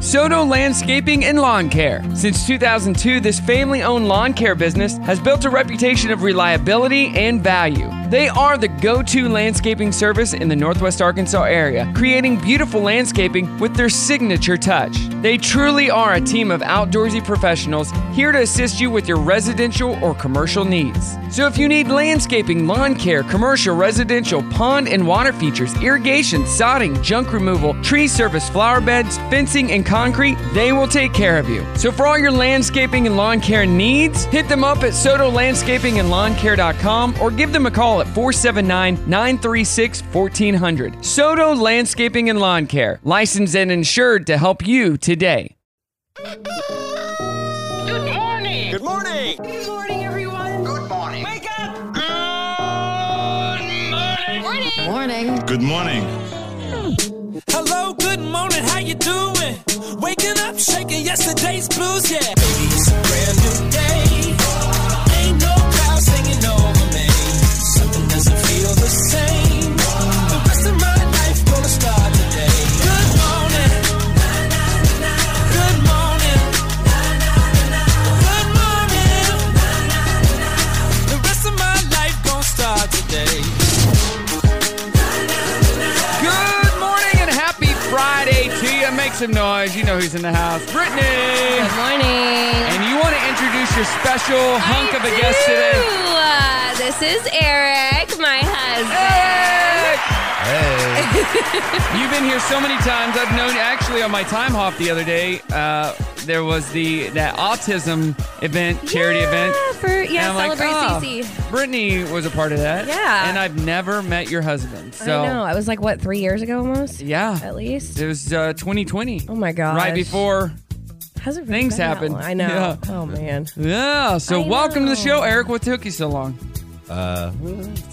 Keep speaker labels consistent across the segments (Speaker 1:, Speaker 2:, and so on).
Speaker 1: Soto Landscaping and Lawn Care. Since 2002, this family owned lawn care business has built a reputation of reliability and value. They are the go to landscaping service in the Northwest Arkansas area, creating beautiful landscaping with their signature touch. They truly are a team of outdoorsy professionals here to assist you with your residential or commercial needs. So if you need landscaping, lawn care, commercial, residential, pond and water features, irrigation, sodding, junk removal, tree service, flower beds, fencing, and concrete, they will take care of you. So for all your landscaping and lawn care needs, hit them up at sotolandscapingandlawncare.com or give them a call at 479-936-1400. Soto Landscaping and Lawn Care, licensed and insured to help you today.
Speaker 2: Good morning.
Speaker 3: Good morning.
Speaker 4: Good morning, everyone.
Speaker 2: Good morning.
Speaker 4: Wake up.
Speaker 2: Good morning.
Speaker 4: Morning.
Speaker 3: Good morning.
Speaker 5: Hello, good morning, how you doing? Waking up, shaking yesterday's blues, yeah. Baby, it's a brand new day. Ain't no clouds hanging over me. Something doesn't feel the same. The rest of my life gonna start today. Good morning. Good morning. Good morning. The rest of my life gonna start today.
Speaker 1: Good morning and happy Friday to you. Make some noise. You know who's in the house. Brittany. Good morning. And you want to introduce your special hunk of a guest today.
Speaker 6: Uh, this is Eric, my husband.
Speaker 1: Eric! You've been here so many times. I've known actually on my time hop the other day. Uh, there was the that autism event, charity
Speaker 6: Yeah,
Speaker 1: event.
Speaker 6: for- yeah,
Speaker 1: And I'm
Speaker 6: Celebrate
Speaker 1: like, "Oh,
Speaker 6: CC.
Speaker 1: Brittany was a part of that.
Speaker 6: Yeah.
Speaker 1: And I've never met your husband. So
Speaker 6: I know. I was like, what, three years ago almost?
Speaker 1: yeah,
Speaker 6: At least.
Speaker 1: it was uh, 2020.
Speaker 6: Oh my gosh.
Speaker 1: Right before
Speaker 6: Hasn't
Speaker 1: things
Speaker 6: been that
Speaker 1: happen.
Speaker 6: long. I know.
Speaker 1: Yeah.
Speaker 6: Oh, man.
Speaker 1: Yeah, so
Speaker 6: I
Speaker 1: welcome to the
Speaker 6: know.
Speaker 1: show, Eric. What took you so long?
Speaker 7: life,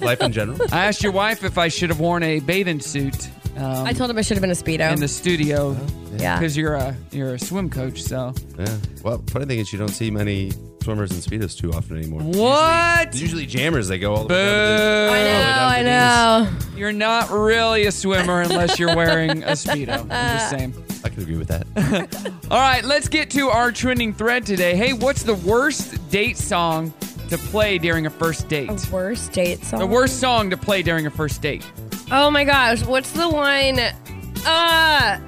Speaker 7: life in general.
Speaker 1: I asked your wife if I should have worn a bathing suit um,
Speaker 6: I told him I should have been a Speedo.
Speaker 1: in the studio
Speaker 6: yeah.
Speaker 1: because you're a you're a swim coach. So
Speaker 7: Yeah. Well, funny thing is, you don't see many swimmers and speedos too often anymore.
Speaker 1: what?
Speaker 7: It's usually jammers. They go all the way down to
Speaker 1: Boo!
Speaker 6: I know, I know.
Speaker 1: You're not really a swimmer unless you're wearing a speedo. I'm just saying.
Speaker 7: the- I can agree with that.
Speaker 1: All right, let's get to our trending thread today. Hey, what's the worst date song to play during a first date?
Speaker 6: The worst date song.
Speaker 1: The worst song to play during a first date.
Speaker 6: Oh my gosh. What's the one? Uh,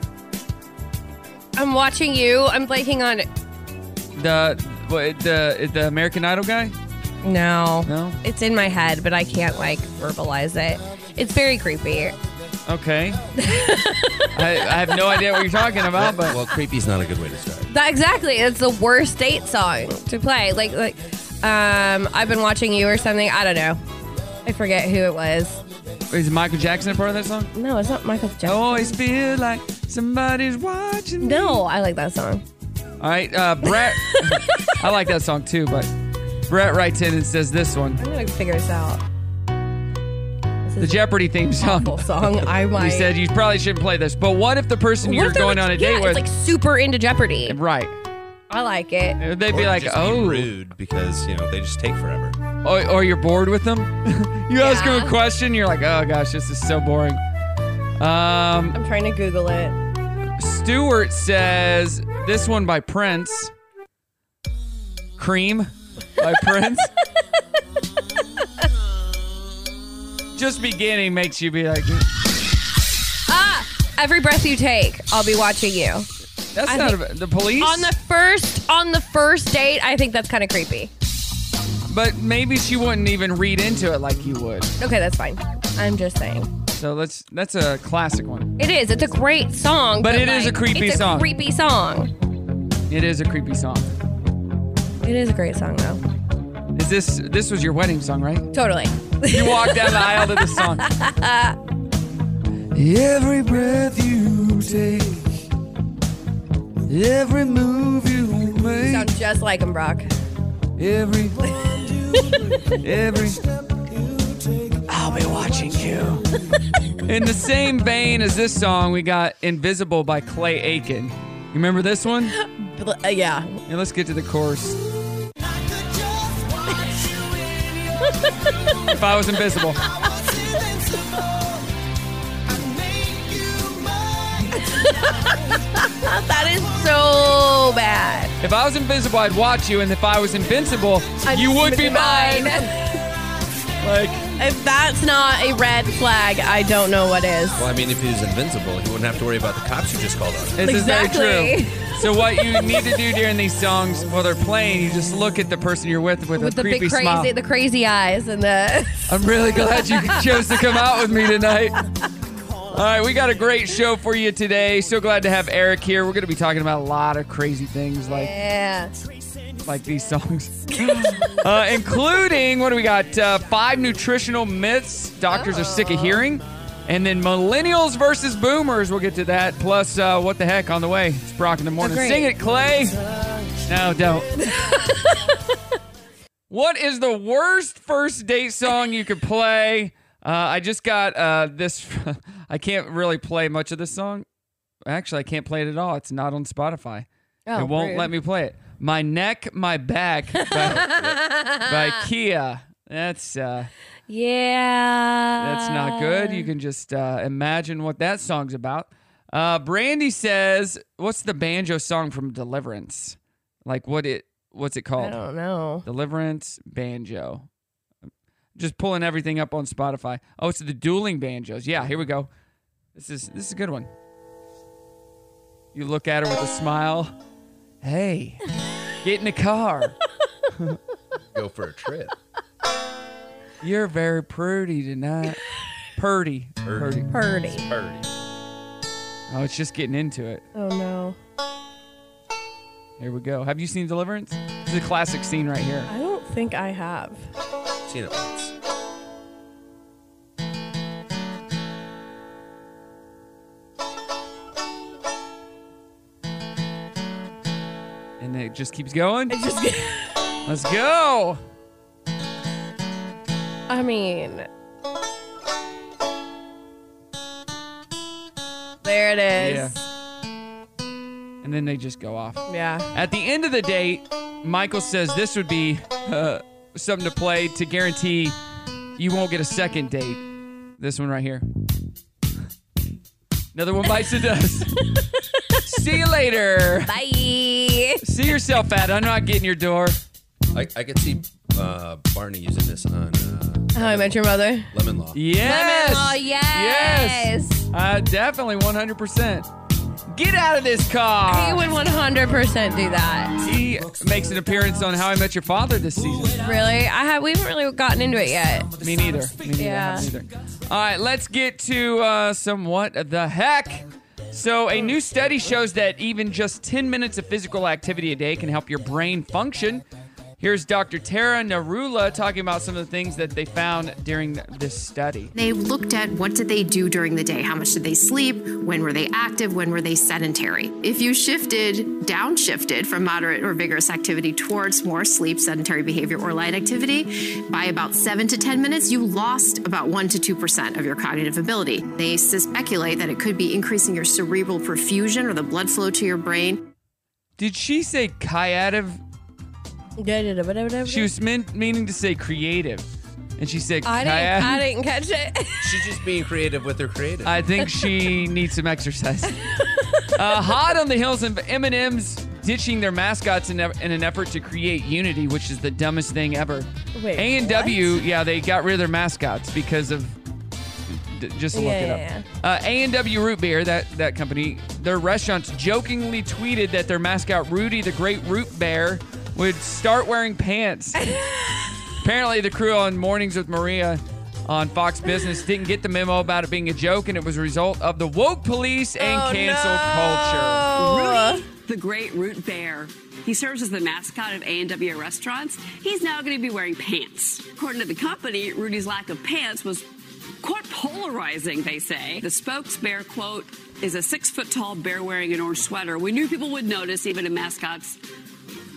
Speaker 6: I'm watching you. I'm blanking on it.
Speaker 1: The what, the the American Idol guy?
Speaker 6: No.
Speaker 1: No?
Speaker 6: It's in my head, but I can't like verbalize it. It's very creepy.
Speaker 1: Okay. I, I have no idea what you're talking about, but
Speaker 7: well, creepy's not a good way to start.
Speaker 6: That exactly. It's the worst date song to play. Like like um I've been watching you or something. I don't know. I forget who it was.
Speaker 1: is Michael Jackson a part of that song?
Speaker 6: No, it's not Michael
Speaker 1: I
Speaker 6: Jackson.
Speaker 1: always feel like somebody's watching. me.
Speaker 6: No, I like that song.
Speaker 1: All right, uh, Brett. I like that song too, but Brett writes in and says this one,
Speaker 6: I'm gonna figure this out.
Speaker 1: the Jeopardy theme song.
Speaker 6: Full song. I might.
Speaker 1: He said you probably shouldn't play this, but what if the person
Speaker 6: What
Speaker 1: you're
Speaker 6: if they're,
Speaker 1: going
Speaker 6: like-
Speaker 1: on a
Speaker 6: yeah,
Speaker 1: date with,
Speaker 6: It's like super into Jeopardy.
Speaker 1: right?
Speaker 6: I like it.
Speaker 1: They'd
Speaker 7: Or
Speaker 1: be like,
Speaker 7: just
Speaker 1: oh,
Speaker 7: rude because you know they just take forever.
Speaker 1: or, or you're bored with them. you ask them a
Speaker 6: Yeah.
Speaker 1: question, you're like, oh gosh, this is so boring. Um,
Speaker 6: I'm trying to Google it.
Speaker 1: Stewart says this one by Prince. Cream by Prince. Just beginning makes you be like,
Speaker 6: Ah, every breath you take, I'll be watching you.
Speaker 1: that's
Speaker 6: I
Speaker 1: not
Speaker 6: think-
Speaker 1: a, the police.
Speaker 6: On the first, on the first date, I think that's kind of creepy.
Speaker 1: but maybe she wouldn't even read into it like you would.
Speaker 6: Okay, that's fine. I'm just saying.
Speaker 1: So let's that's a classic one.
Speaker 6: It is. It's a great song.
Speaker 1: But it is a creepy
Speaker 6: it's
Speaker 1: song.
Speaker 6: A creepy song.
Speaker 1: It is a creepy song.
Speaker 6: It is a great song though.
Speaker 1: Is this this was your wedding song, right?
Speaker 6: Totally.
Speaker 1: You walked down the aisle to this song. Every breath you take, every move you make.
Speaker 6: Sound just like him, Brock.
Speaker 1: Every Every. I'll be watching you. In the same vein as this song, we got Invisible by Clay Aiken. You remember this one? Yeah,
Speaker 6: Bl- uh, yeah.
Speaker 1: let's get to the chorus. If I was invisible.
Speaker 6: That is so bad.
Speaker 1: If I was invisible, I'd watch you, and if I was invincible, you would be mine. Like,
Speaker 6: If that's not a red flag, I don't know what is.
Speaker 7: Well, I mean, if he was invincible, he wouldn't have to worry about the cops you just called on.
Speaker 1: this is very
Speaker 6: Exactly.
Speaker 1: true. So what you need to do during these songs while they're playing, you just look at the person you're with with,
Speaker 6: With
Speaker 1: a
Speaker 6: the
Speaker 1: creepy
Speaker 6: big crazy,
Speaker 1: smile.
Speaker 6: the crazy eyes, and the
Speaker 1: I'm really glad you chose to come out with me tonight. All right, we got a great show for you today. So glad to have Eric here. We're going to be talking about a lot of crazy things like
Speaker 6: yeah.
Speaker 1: like these songs, uh, including what do we got? Uh, five nutritional myths doctors are sick of hearing, and then millennials versus boomers. We'll get to that. Plus, uh, what the heck on the way? It's Brock in the morning.
Speaker 6: great.
Speaker 1: Sing it, Clay. No, don't. What is the worst first date song you could play? Uh, I just got uh, this. I can't really play much of this song. Actually, I can't play it at all. It's not on Spotify.
Speaker 6: Oh,
Speaker 1: it won't
Speaker 6: rude.
Speaker 1: let me play it. My neck, my back by, by Kia. That's uh,
Speaker 6: Yeah.
Speaker 1: that's not good. You can just uh, imagine what that song's about. Uh, Brandy says, "What's the banjo song from Deliverance? Like what it? What's it
Speaker 6: I
Speaker 1: called?
Speaker 6: don't know.
Speaker 1: Deliverance Banjo. Just pulling everything up on Spotify. Oh, it's the dueling banjos. Yeah, here we go. This is this is a good one. You look at her with a smile. Hey, get in the car.
Speaker 7: Go for a trip.
Speaker 1: You're very pretty tonight. Purdy. Purdy.
Speaker 6: Purdy.
Speaker 7: Party.
Speaker 1: Oh, it's just getting into it.
Speaker 6: Oh no.
Speaker 1: Here we go. Have you seen Deliverance? This is a classic scene right here.
Speaker 6: I don't think I have.
Speaker 7: Seen it once.
Speaker 1: And it just keeps going.
Speaker 6: It just.
Speaker 1: Let's go.
Speaker 6: I mean. There it is.
Speaker 1: And then they just go off.
Speaker 6: Yeah.
Speaker 1: At the end of the date, Michael says this would be uh, something to play to guarantee you won't get a second date. This one right here. Another one bites the dust. See you later.
Speaker 6: Bye.
Speaker 1: See yourself at. I'm not getting your door.
Speaker 7: I, I could see uh, Barney using this on uh,
Speaker 6: How I Met Your Mother.
Speaker 7: Lemon Law.
Speaker 1: Yes.
Speaker 6: Oh yes.
Speaker 1: Yes. Uh, definitely 100%. Get out of this car.
Speaker 6: He would 100% do that.
Speaker 1: He makes an appearance on How I Met Your Father this season.
Speaker 6: Really? I have. We haven't really gotten into it yet.
Speaker 1: Me neither. Me neither.
Speaker 6: Yeah.
Speaker 1: I haven't either. All right, let's get to uh, some what the heck. So, a new study shows that even just 10 minutes of physical activity a day can help your brain function. Here's Dr. Tara Narula talking about some of the things that they found during this study.
Speaker 3: They looked at what did they do during the day? How much did they sleep? When were they active? When were they sedentary? If you shifted, downshifted from moderate or vigorous activity towards more sleep, sedentary behavior, or light activity, by about seven to 10 minutes, you lost about one to 2% of your cognitive ability. They speculate that it could be increasing your cerebral perfusion or the blood flow to your brain,
Speaker 1: Did she say chiative? She was meant, meaning to say creative, and she said
Speaker 6: I didn't.
Speaker 1: chiative.
Speaker 6: I didn't catch it.
Speaker 7: She's just being creative with her creative.
Speaker 1: I think she needs some exercise. Uh, hot on the heels of M&M's ditching their mascots in, in an effort to create unity, which is the dumbest thing ever.
Speaker 6: Wait,
Speaker 1: A&W, yeah, they got rid of their mascots because of d- just look
Speaker 6: Yeah,
Speaker 1: it up.
Speaker 6: yeah,
Speaker 1: Uh, A&W Root Beer, that that company, their restaurants jokingly tweeted that their mascot Rudy the Great Root Bear would start wearing pants. Apparently, the crew on Mornings with Maria on Fox Business didn't get the memo about it being a joke, and it was a result of the woke police and cancel culture.
Speaker 6: Oh,
Speaker 8: the great root bear. He serves as the mascot of A&W restaurants. He's now going to be wearing pants. According to the company, Rudy's lack of pants was quite polarizing, they say. The spokes bear quote is a six foot tall bear wearing an orange sweater. We knew people would notice even a mascot's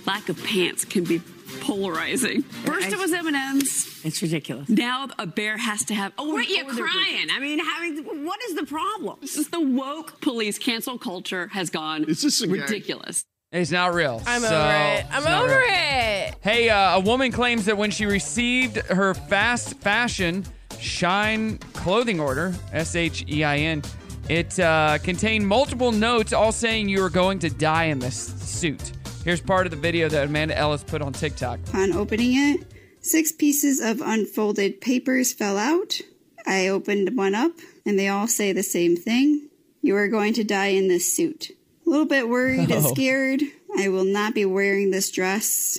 Speaker 8: lack of pants can be polarizing. First it was M&M's.
Speaker 9: It's ridiculous.
Speaker 8: Now a bear has to have. Oh,
Speaker 9: What you
Speaker 8: oh, they're-
Speaker 9: crying? I mean, having what is the problem?
Speaker 8: This is the woke police cancel culture has gone
Speaker 10: Is this a guy?
Speaker 8: ridiculous.
Speaker 1: It's not real.
Speaker 6: I'm
Speaker 1: so
Speaker 6: over it.
Speaker 1: it's
Speaker 6: I'm
Speaker 1: not
Speaker 6: over
Speaker 1: real.
Speaker 6: it.
Speaker 1: Hey, uh, a woman claims that when she received her fast fashion shine clothing order, S H E I N, it uh, contained multiple notes all saying you are going to die in this suit. Here's part of the video that Amanda Ellis put on TikTok.
Speaker 5: Upon opening it, six pieces of unfolded papers fell out. I opened one up, and they all say the same thing You are going to die in this suit. A little bit worried and scared. I will not be wearing this dress,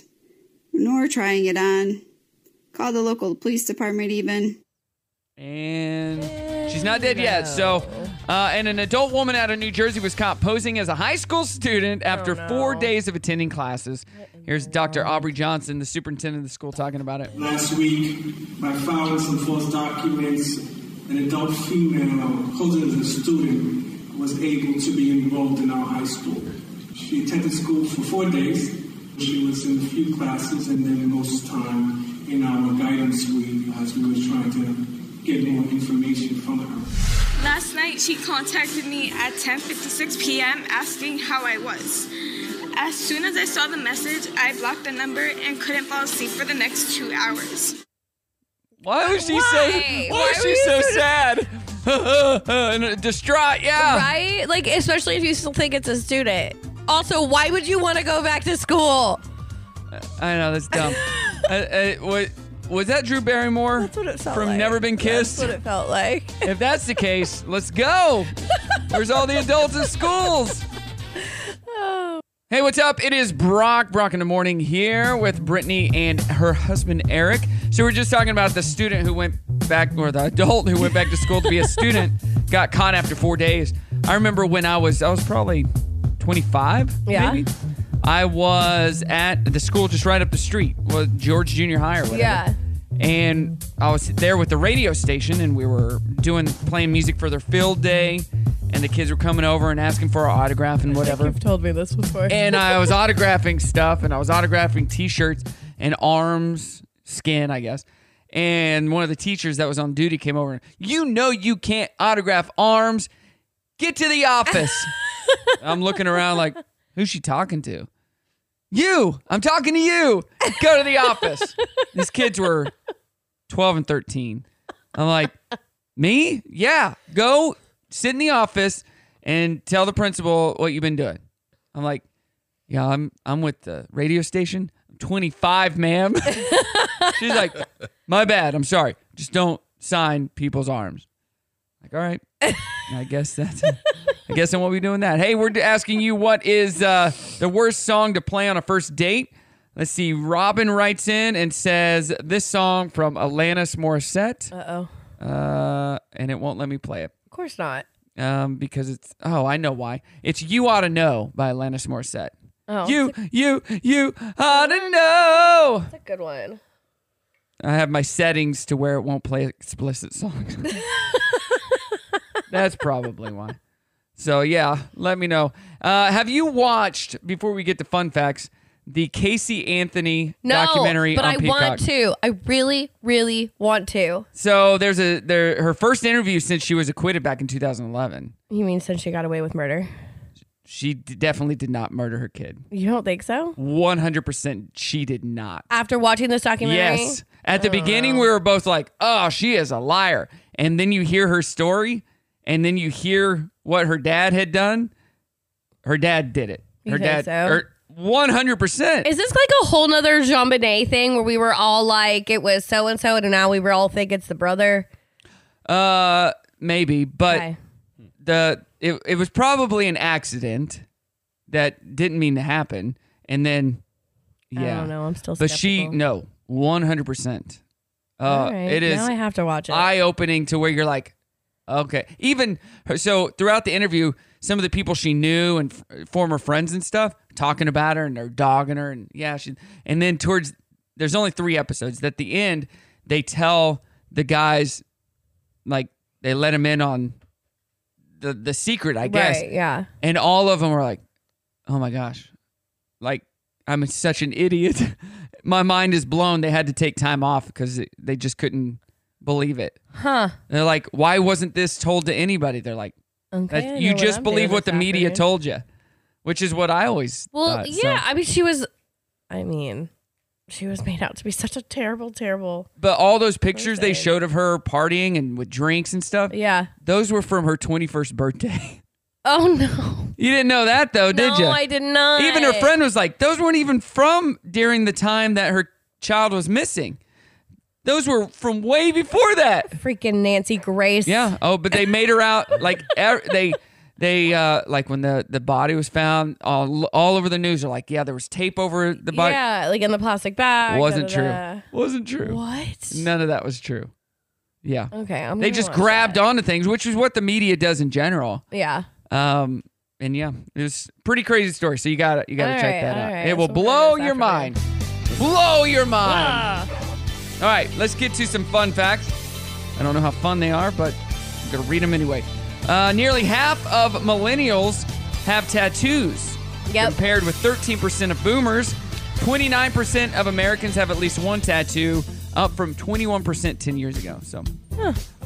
Speaker 5: nor trying it on. Call the local police department, even.
Speaker 1: And she's not dead yet. So, uh, and an adult woman out of New Jersey was caught posing as a high school student after four days of attending classes. Here's Dr. Aubrey Johnson, the superintendent of the school, talking about it.
Speaker 5: Last week, I found some false documents. An adult female, posing as a student, was able to be enrolled in our high school. She attended school for four days. She was in a few classes and then most time in our guidance suite as we were trying to get more information from her.
Speaker 4: Last night, she contacted me at 10:56 p.m. asking how I was. As soon as I saw the message, I blocked the number and couldn't fall asleep for the next two hours.
Speaker 1: Why was she
Speaker 6: Why?
Speaker 1: so? Why,
Speaker 6: Why
Speaker 1: was
Speaker 6: were
Speaker 1: she
Speaker 6: you
Speaker 1: so,
Speaker 6: so dis-
Speaker 1: sad? and distraught. Yeah.
Speaker 6: Right? Like, especially if you still think it's a student. Also, why would you want to go back to school?
Speaker 1: I know that's dumb. uh, uh, what, was that Drew Barrymore?
Speaker 6: That's what it felt
Speaker 1: from
Speaker 6: like.
Speaker 1: Never Been Kissed.
Speaker 6: That's what it felt like.
Speaker 1: if that's the case, let's go. Where's all the adults in schools? Hey, what's up? It is Brock, Brock in the Morning here with Brittany and her husband Eric. So, we we're just talking about the student who went back, or the adult who went back to school to be a student, got caught after four days. I remember when I was, I was probably 25,
Speaker 6: Yeah.
Speaker 1: maybe. I was at the school just right up the street, well, George Junior High or whatever
Speaker 6: Yeah.
Speaker 1: and I was there with the radio station, and we were doing playing music for their field day, and the kids were coming over and asking for our autograph and whatever.
Speaker 6: told me this before.
Speaker 1: And I was autographing stuff, and I was autographing T-shirts and arms, skin, I guess. And one of the teachers that was on duty came over. and, You know you can't autograph arms. Get to the office. I'm looking around like, who's she talking to? You. I'm talking to you. Go to the office. These kids were 12 and 13. I'm like, me? Yeah. Go sit in the office and tell the principal what you've been doing. I'm like, yeah, I'm I'm with the radio station. I'm 25, ma'am. She's like, my bad. I'm sorry. Just don't sign people's arms. Like, all right. I guess that's. I guess I won't be doing that. Hey, we're asking you what is uh, the worst song to play on a first date. Let's see. Robin writes in and says this song from Alanis Morissette,
Speaker 6: Uh oh.
Speaker 1: uh, and it won't let me play it
Speaker 6: Of course not.
Speaker 1: um, because it's oh I know why. It's "You Ought to Know" by Alanis Morissette.
Speaker 6: Oh.
Speaker 1: You, you, you ought to know.
Speaker 6: That's a good one.
Speaker 1: I have my settings to where it won't play explicit songs. That's probably why. So yeah, let me know. Uh, have you watched before we get to fun facts the Casey Anthony
Speaker 6: No,
Speaker 1: documentary
Speaker 6: but
Speaker 1: on
Speaker 6: I
Speaker 1: Peacock?
Speaker 6: want to. I really, really want to.
Speaker 1: So there's a there her first interview since she was acquitted back in 2011.
Speaker 6: You mean since she got away with murder?
Speaker 1: She d- definitely did not murder her kid.
Speaker 6: You don't think so?
Speaker 1: 100% she did not.
Speaker 6: After watching this documentary?
Speaker 1: Yes. At the beginning, we were both like, oh, she is a liar. And then you hear her story, and then you hear what her dad had done. Her dad did it.
Speaker 6: You
Speaker 1: her
Speaker 6: think
Speaker 1: dad. er, Her,
Speaker 6: so?
Speaker 1: 100%.
Speaker 6: Is this like a whole nother Jean Bonnet thing where we were all like it was so and so and now we were all think it's the brother?
Speaker 1: uh, maybe, but
Speaker 6: Okay.
Speaker 1: the it, it was probably an accident that didn't mean to happen. And then, yeah.
Speaker 6: I don't know. I'm still
Speaker 1: But she,
Speaker 6: skeptical.
Speaker 1: no, 100%. Uh,
Speaker 6: All right,
Speaker 1: It is.
Speaker 6: Now I have to watch it.
Speaker 1: eye opening to where you're like, okay. Even her, so throughout the interview, some of the people she knew and f- former friends and stuff talking about her and they're dogging her and yeah, she. And then towards there's only three episodes. At the end, they tell the guys like they let him in on the the secret, I guess.
Speaker 6: Right, yeah.
Speaker 1: And all of them were like, oh my gosh, like I'm such an idiot. my mind is blown. They had to take time off because it- they just couldn't believe it. Huh. they're like, why wasn't this told to anybody? They're like, that-
Speaker 6: I
Speaker 1: you
Speaker 6: know what
Speaker 1: just
Speaker 6: I'm
Speaker 1: believe
Speaker 6: doing
Speaker 1: what the
Speaker 6: this
Speaker 1: media
Speaker 6: afternoon.
Speaker 1: told you, which is what I always
Speaker 6: Well,
Speaker 1: thought, Uh, so.
Speaker 6: yeah. I mean, she was. I mean, she was made out to be such a terrible, terrible.
Speaker 1: But all those pictures they
Speaker 6: Perfect.
Speaker 1: showed of her partying and with drinks and stuff,
Speaker 6: Yeah.
Speaker 1: those were from her 21st birthday.
Speaker 6: Oh no.
Speaker 1: you didn't know that though, did
Speaker 6: no,
Speaker 1: you?
Speaker 6: I did not.
Speaker 1: Even her friend was like, those weren't even from during the time that her child was missing. Those were from way before that.
Speaker 6: freaking Nancy Grace.
Speaker 1: Yeah. Oh, but they made her out like er- they they uh like when the the body was found all all over the news. They're like, yeah, there was tape over the body.
Speaker 6: yeah, like in the plastic bag.
Speaker 1: Wasn't
Speaker 6: da, da,
Speaker 1: true. Wasn't true.
Speaker 6: da. uh, What?
Speaker 1: None of that was true. Yeah.
Speaker 6: Okay, I'm
Speaker 1: They
Speaker 6: gonna
Speaker 1: just
Speaker 6: watch
Speaker 1: grabbed
Speaker 6: that.
Speaker 1: onto things, which is what the media does in general.
Speaker 6: Yeah.
Speaker 1: Um, and yeah, it was a pretty crazy story. So you got to you got to
Speaker 6: All
Speaker 1: check
Speaker 6: right,
Speaker 1: that
Speaker 6: all
Speaker 1: out.
Speaker 6: right.
Speaker 1: It will
Speaker 6: That's what we're
Speaker 1: blow
Speaker 6: doing
Speaker 1: your
Speaker 6: this
Speaker 1: mind. Blow your mind. All right, let's get to some fun facts. I don't know how fun they are, but I'm gonna read them anyway. Uh, nearly half of millennials have tattoos,
Speaker 6: Yep.
Speaker 1: compared with 13% of boomers. 29% of Americans have at least one tattoo, up from 21% 10 years ago. So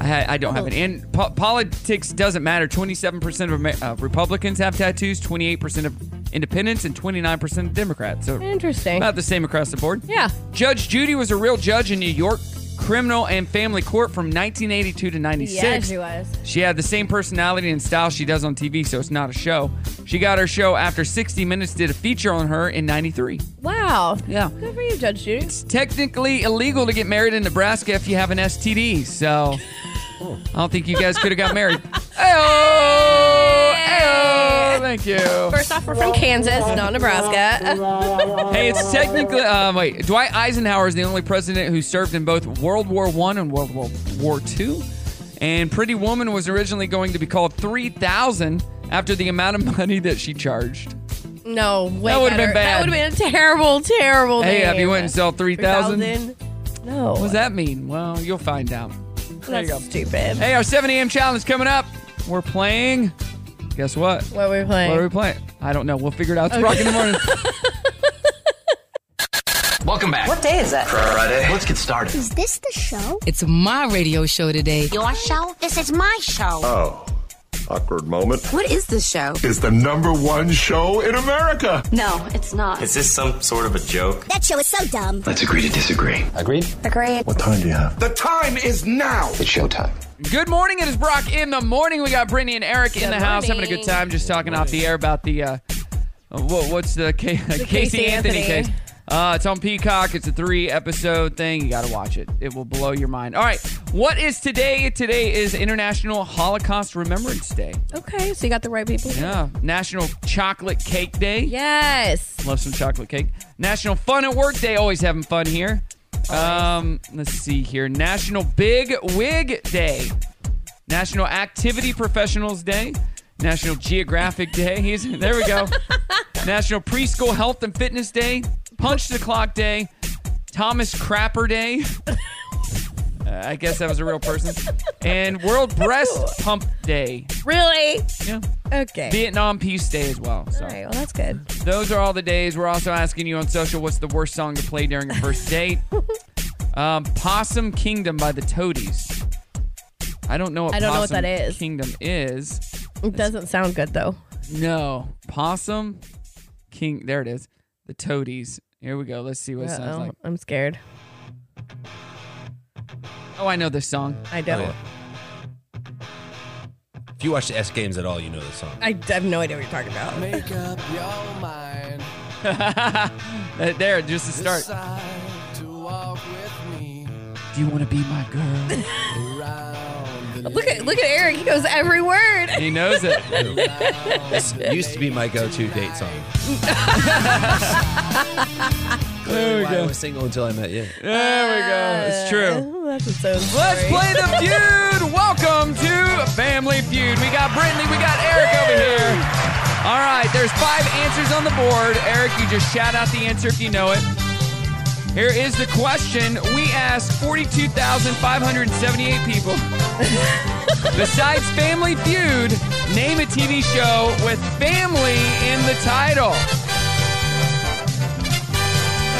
Speaker 1: I, ha- I don't have it.
Speaker 6: Oh.
Speaker 1: And po- politics doesn't matter. 27% of Amer- uh, Republicans have tattoos, 28% of independents, and 29% of Democrats. So
Speaker 6: Interesting.
Speaker 1: about the same across the board.
Speaker 6: Yeah.
Speaker 1: Judge Judy was a real judge in New York criminal and family court from 1982 to 96.
Speaker 6: yeah, she was.
Speaker 1: She had the same personality and style she does on TV, so it's not a show. She got her show after 60 Minutes did a feature on her in 93.
Speaker 6: Wow.
Speaker 1: Yeah.
Speaker 6: Good for you, Judge Judy.
Speaker 1: It's technically illegal to get married in Nebraska if you have an STD, so I don't think you guys could have got married. Ayo! Ayo! Thank you.
Speaker 6: First off, we're from Kansas, not Nebraska.
Speaker 1: Hey, it's technically um, wait. Dwight Eisenhower is the only president who served in both World War One and World War War Two. And Pretty Woman was originally going to be called Three Thousand after the amount of money that she charged.
Speaker 6: No way.
Speaker 1: That would've been
Speaker 6: better.
Speaker 1: bad.
Speaker 6: That would have been a terrible, terrible
Speaker 1: Hey,
Speaker 6: name.
Speaker 1: if you went and sell three thousand, what
Speaker 6: 3,000? No.
Speaker 1: does that mean? Well, you'll find out. There you
Speaker 6: That's
Speaker 1: go.
Speaker 6: stupid.
Speaker 1: Hey, our 7 a.m. challenge coming up. We're playing. Guess what?
Speaker 6: What were we playing?
Speaker 1: What are we playing? I don't know. We'll figure it out. It's Rock in the morning.
Speaker 2: Welcome back. What day is it? Friday. Let's get started.
Speaker 10: Is this the show?
Speaker 5: It's my radio show today.
Speaker 10: Your show? This is my show.
Speaker 11: Awkward moment.
Speaker 10: What is this show?
Speaker 11: It's the number one show in America.
Speaker 10: No, it's not.
Speaker 5: Is this some sort of a joke?
Speaker 10: That show is so dumb.
Speaker 2: Let's agree to disagree. Agreed?
Speaker 10: Agreed.
Speaker 11: What time do you have? The time is now.
Speaker 2: It's showtime.
Speaker 1: Good morning. It is Brock in the morning. We got Brittany and Eric in the
Speaker 6: Good
Speaker 1: house having a good
Speaker 6: morning.
Speaker 1: time, just talking off the air about the uh, uh, what, what's the, K- Casey,
Speaker 6: Casey
Speaker 1: Anthony,
Speaker 6: Anthony.
Speaker 1: case. Uh, it's on Peacock. It's a three episode thing. You got to watch it. It will blow your mind. All right. What is today? Today is International Holocaust Remembrance Day.
Speaker 6: Okay, so you got the right people.
Speaker 1: Yeah. National Chocolate Cake Day.
Speaker 6: Yes.
Speaker 1: Love some chocolate cake. National Fun at Work Day. Always having fun here. Um, let's see here. National Big Wig Day. National Activity Professionals Day. National Geographic Day. He's, there we go. National Preschool Health and Fitness Day. Punch the Clock Day. Thomas Crapper Day. Uh, I guess that was a real person. And World Breast Pump Day.
Speaker 6: Really?
Speaker 1: Yeah.
Speaker 6: Okay.
Speaker 1: Vietnam Peace Day as well. So.
Speaker 6: All right, well, that's good.
Speaker 1: Those are all the days. We're also asking you on social what's the worst song to play during a first date? um, Possum Kingdom by the Toadies. I don't know what
Speaker 6: I don't know what
Speaker 1: Possum
Speaker 6: that is.
Speaker 1: Kingdom is.
Speaker 6: It doesn't sound good, though.
Speaker 1: No. Possum King there it is. The Toadies. Here we go. Let's see what it sounds
Speaker 6: Uh-oh,
Speaker 1: like.
Speaker 6: I'm scared.
Speaker 1: Oh, I know this song.
Speaker 6: I don't.
Speaker 7: If you watch the S Games at all, you know this song.
Speaker 6: I d- have no idea what you're talking about.
Speaker 5: Make up your mind.
Speaker 1: Uh, there, just to start.
Speaker 5: Decide to walk with me
Speaker 1: Do you want to be my girl?
Speaker 5: around the
Speaker 6: Look at look at Eric. He goes every word.
Speaker 1: he knows it.
Speaker 7: This used to be my go-to date song.
Speaker 1: There we
Speaker 7: Why I
Speaker 1: go.
Speaker 7: was single until I met you.
Speaker 1: There we go. It's true.
Speaker 6: That's its own story.
Speaker 1: Let's play the feud. Welcome to Family Feud. We got Brittany, we got Eric over here. All right, there's five answers on the board. Eric, you just shout out the answer if you know it. Here is the question. We asked 42,578 people. Besides Family Feud, name a TV show with family in the title.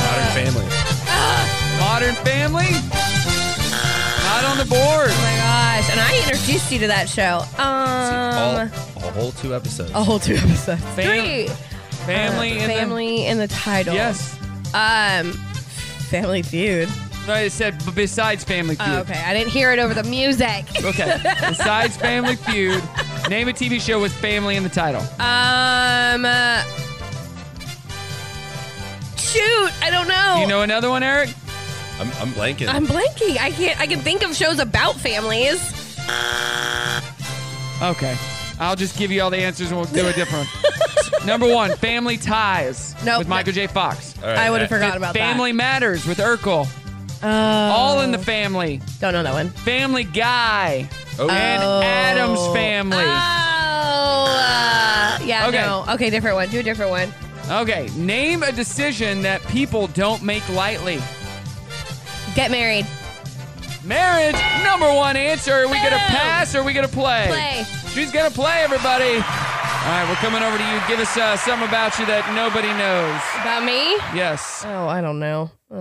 Speaker 7: Modern Family.
Speaker 1: Modern Family. Not on the board.
Speaker 6: Oh my gosh. And I introduced you to that show. Um,
Speaker 7: A whole two episodes.
Speaker 1: oh.
Speaker 6: a whole two episodes.
Speaker 7: Fam-
Speaker 6: Three.
Speaker 1: Family in the-
Speaker 6: family in the title.
Speaker 1: Yes.
Speaker 6: Um, Family Feud.
Speaker 1: No, it said b- besides Family Feud.
Speaker 6: Oh, okay. I didn't hear it over the music.
Speaker 1: Okay. Besides Family Feud, name a TV show with family in the title.
Speaker 6: Um. uh, shoot, I don't know.
Speaker 1: Do you know another one, Eric?
Speaker 7: I'm, I'm blanking.
Speaker 6: I'm blanking. I can't. I can think of shows about families.
Speaker 1: Okay. I'll just give you all the answers and we'll do a different one. Number one, Family Ties
Speaker 6: Nope.
Speaker 1: with Michael J. Fox.
Speaker 6: All right, I would've yeah. forgotten about that.
Speaker 1: uh,
Speaker 6: Oh,
Speaker 1: Family Matters with Urkel. all in the Family.
Speaker 6: Don't know that one.
Speaker 1: Family Guy.
Speaker 6: Oh.
Speaker 1: And
Speaker 6: Oh. Ah.
Speaker 1: Adam's Family.
Speaker 6: Oh. Uh, yeah.
Speaker 1: Okay.
Speaker 6: No. Okay. Different one. Do a different one.
Speaker 1: Okay, name a decision that people don't make lightly.
Speaker 6: Get married.
Speaker 1: Marriage, number one answer. Are we gonna
Speaker 6: Boom.
Speaker 1: pass or are we gonna play?
Speaker 6: Play.
Speaker 1: She's gonna play, everybody. All right, we're coming over to you. Give us uh, some about you that nobody knows.
Speaker 6: About me?
Speaker 1: Yes.
Speaker 6: Oh, I don't know. Uh,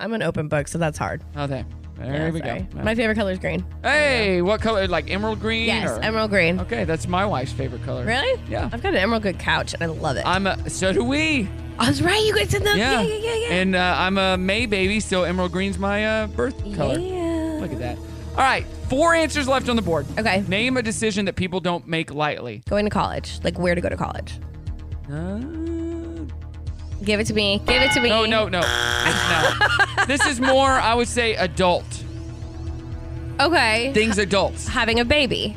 Speaker 6: I'm an open book, so that's hard.
Speaker 1: Okay. There
Speaker 6: Yeah,
Speaker 1: we
Speaker 6: sorry.
Speaker 1: go.
Speaker 6: My favorite color is green.
Speaker 1: Hey, what color? Like emerald green?
Speaker 6: Yes,
Speaker 1: or-
Speaker 6: emerald green.
Speaker 1: Okay, that's my wife's favorite color.
Speaker 6: Really?
Speaker 1: Yeah.
Speaker 6: I've got an emerald good couch, and I love it.
Speaker 1: I'm a. So do we.
Speaker 6: I was right. You guys did that. Yeah. Yeah. Yeah. Yeah.
Speaker 1: And uh, I'm a May baby, so emerald green's my uh, birth color.
Speaker 6: Yeah.
Speaker 1: Look at that. All right, four answers left on the board.
Speaker 6: Okay.
Speaker 1: Name a decision that people don't make lightly.
Speaker 6: Going to college. Like where to go to college.
Speaker 1: Uh,
Speaker 6: Give it to me. Give it to me.
Speaker 1: Oh, no, no, no. no. This is more, I would say, adult.
Speaker 6: Okay.
Speaker 1: Things adults.
Speaker 6: Having a baby.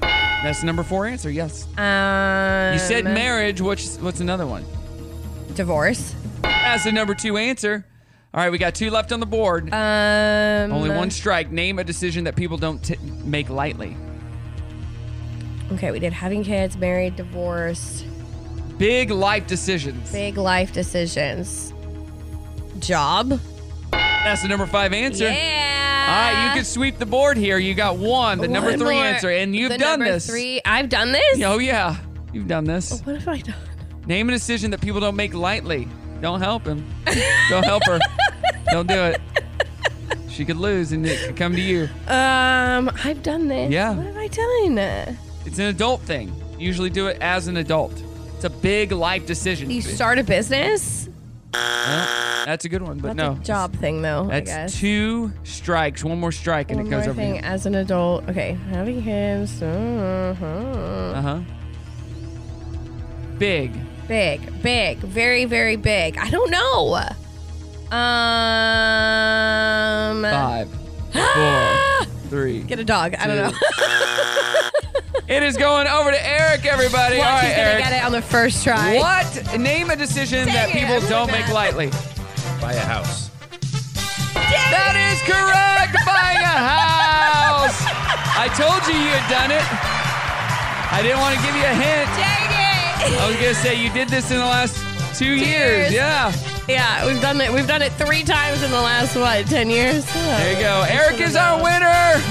Speaker 1: That's the number four answer, yes.
Speaker 6: Um,
Speaker 1: You said marriage. What's, what's another one?
Speaker 6: Divorce.
Speaker 1: That's the number two answer. All right, we got two left on the board.
Speaker 6: Um,
Speaker 1: Only one strike. Name a decision that people don't t- make lightly.
Speaker 6: Okay, we did having kids, married, divorced,
Speaker 1: Big life decisions.
Speaker 6: big life decisions, job.
Speaker 1: That's the number five answer. All
Speaker 6: Yeah.
Speaker 1: right, you can sweep the board here. You got one, the number
Speaker 6: One
Speaker 1: three
Speaker 6: more.
Speaker 1: answer, and you've
Speaker 6: The
Speaker 1: done
Speaker 6: number
Speaker 1: this.
Speaker 6: Three. I've done this.
Speaker 1: Oh yeah, you've done this.
Speaker 6: What have I done?
Speaker 1: Name a decision that people don't make lightly. Don't help him. Don't help her. don't do it. She could lose, and it could come to you.
Speaker 6: Um, I've done this.
Speaker 1: Yeah.
Speaker 6: What have I done?
Speaker 1: It's an adult thing. You usually do it as an adult. It's a big life decision.
Speaker 6: You start a business.
Speaker 1: Yeah, that's a good one, but
Speaker 6: That's
Speaker 1: no.
Speaker 6: a job thing though. I guess.
Speaker 1: That's two strikes. One more strike, and
Speaker 6: One
Speaker 1: it goes
Speaker 6: more
Speaker 1: over.
Speaker 6: thing as an adult. Okay, having kids. Uh-huh.
Speaker 1: Uh huh. Big.
Speaker 6: Big, big, very, very big. I don't know. Um, Ah,
Speaker 1: Five. four, three.
Speaker 6: get a dog. I don't know.
Speaker 1: It is going over to Eric, everybody.
Speaker 6: Watch,
Speaker 1: All right,
Speaker 6: he's gonna
Speaker 1: Eric.
Speaker 6: get it on the first try.
Speaker 1: What? Name a decision
Speaker 6: Dang
Speaker 1: that
Speaker 6: it,
Speaker 1: people
Speaker 6: I'm really
Speaker 1: don't
Speaker 6: bad.
Speaker 1: make lightly.
Speaker 7: Buy a house.
Speaker 1: That is correct. Buying a house. I told you you had done it. I didn't want to give you a hint.
Speaker 6: Dang it!
Speaker 1: I was gonna say you did this in the last two years.
Speaker 6: years.
Speaker 1: Yeah.
Speaker 6: Yeah, we've done it. We've done it three times in the last what ten years.
Speaker 1: There you go. Eric is our winner.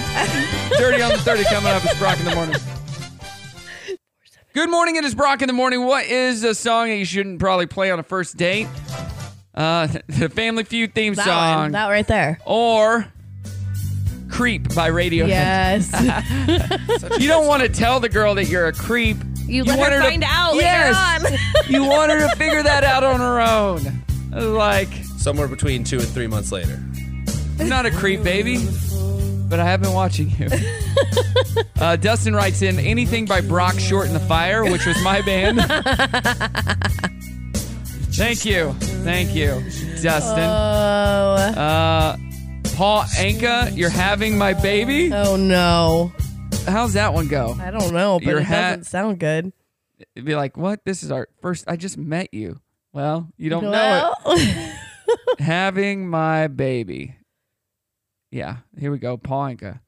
Speaker 1: Dirty on the 30 coming up. It's Brock in the morning. Good morning. It is Brock in the morning. What is the song that you shouldn't probably play on a first date? Uh, the Family Feud theme
Speaker 6: That
Speaker 1: song.
Speaker 6: one, that right there.
Speaker 1: or Creep by Radiohead.
Speaker 6: Yes,
Speaker 1: You don't want to tell the girl that you're a creep.
Speaker 6: you, let
Speaker 1: want
Speaker 6: her
Speaker 1: to-
Speaker 6: find out
Speaker 1: Yes.
Speaker 6: later on.
Speaker 1: you want her to figure that out on her own. Like,
Speaker 7: Somewhere between two and three months later.
Speaker 1: I'm not a creep, baby, but I have been watching you. Uh, Dustin writes in anything by Brock Short in the Fire, which was my band. Thank you. Thank you,
Speaker 6: Uh,
Speaker 1: Dustin.
Speaker 6: oh,
Speaker 1: Uh, Paul Anka, you're having my baby.
Speaker 6: oh no!
Speaker 1: How's that one go?
Speaker 6: I don't know, but
Speaker 1: Your
Speaker 6: it
Speaker 1: hat-
Speaker 6: doesn't sound good.
Speaker 1: It'd be like, what? This is our first. I just met you. Well, you don't know it. Having my baby. Yeah, here we go. Paul Anka.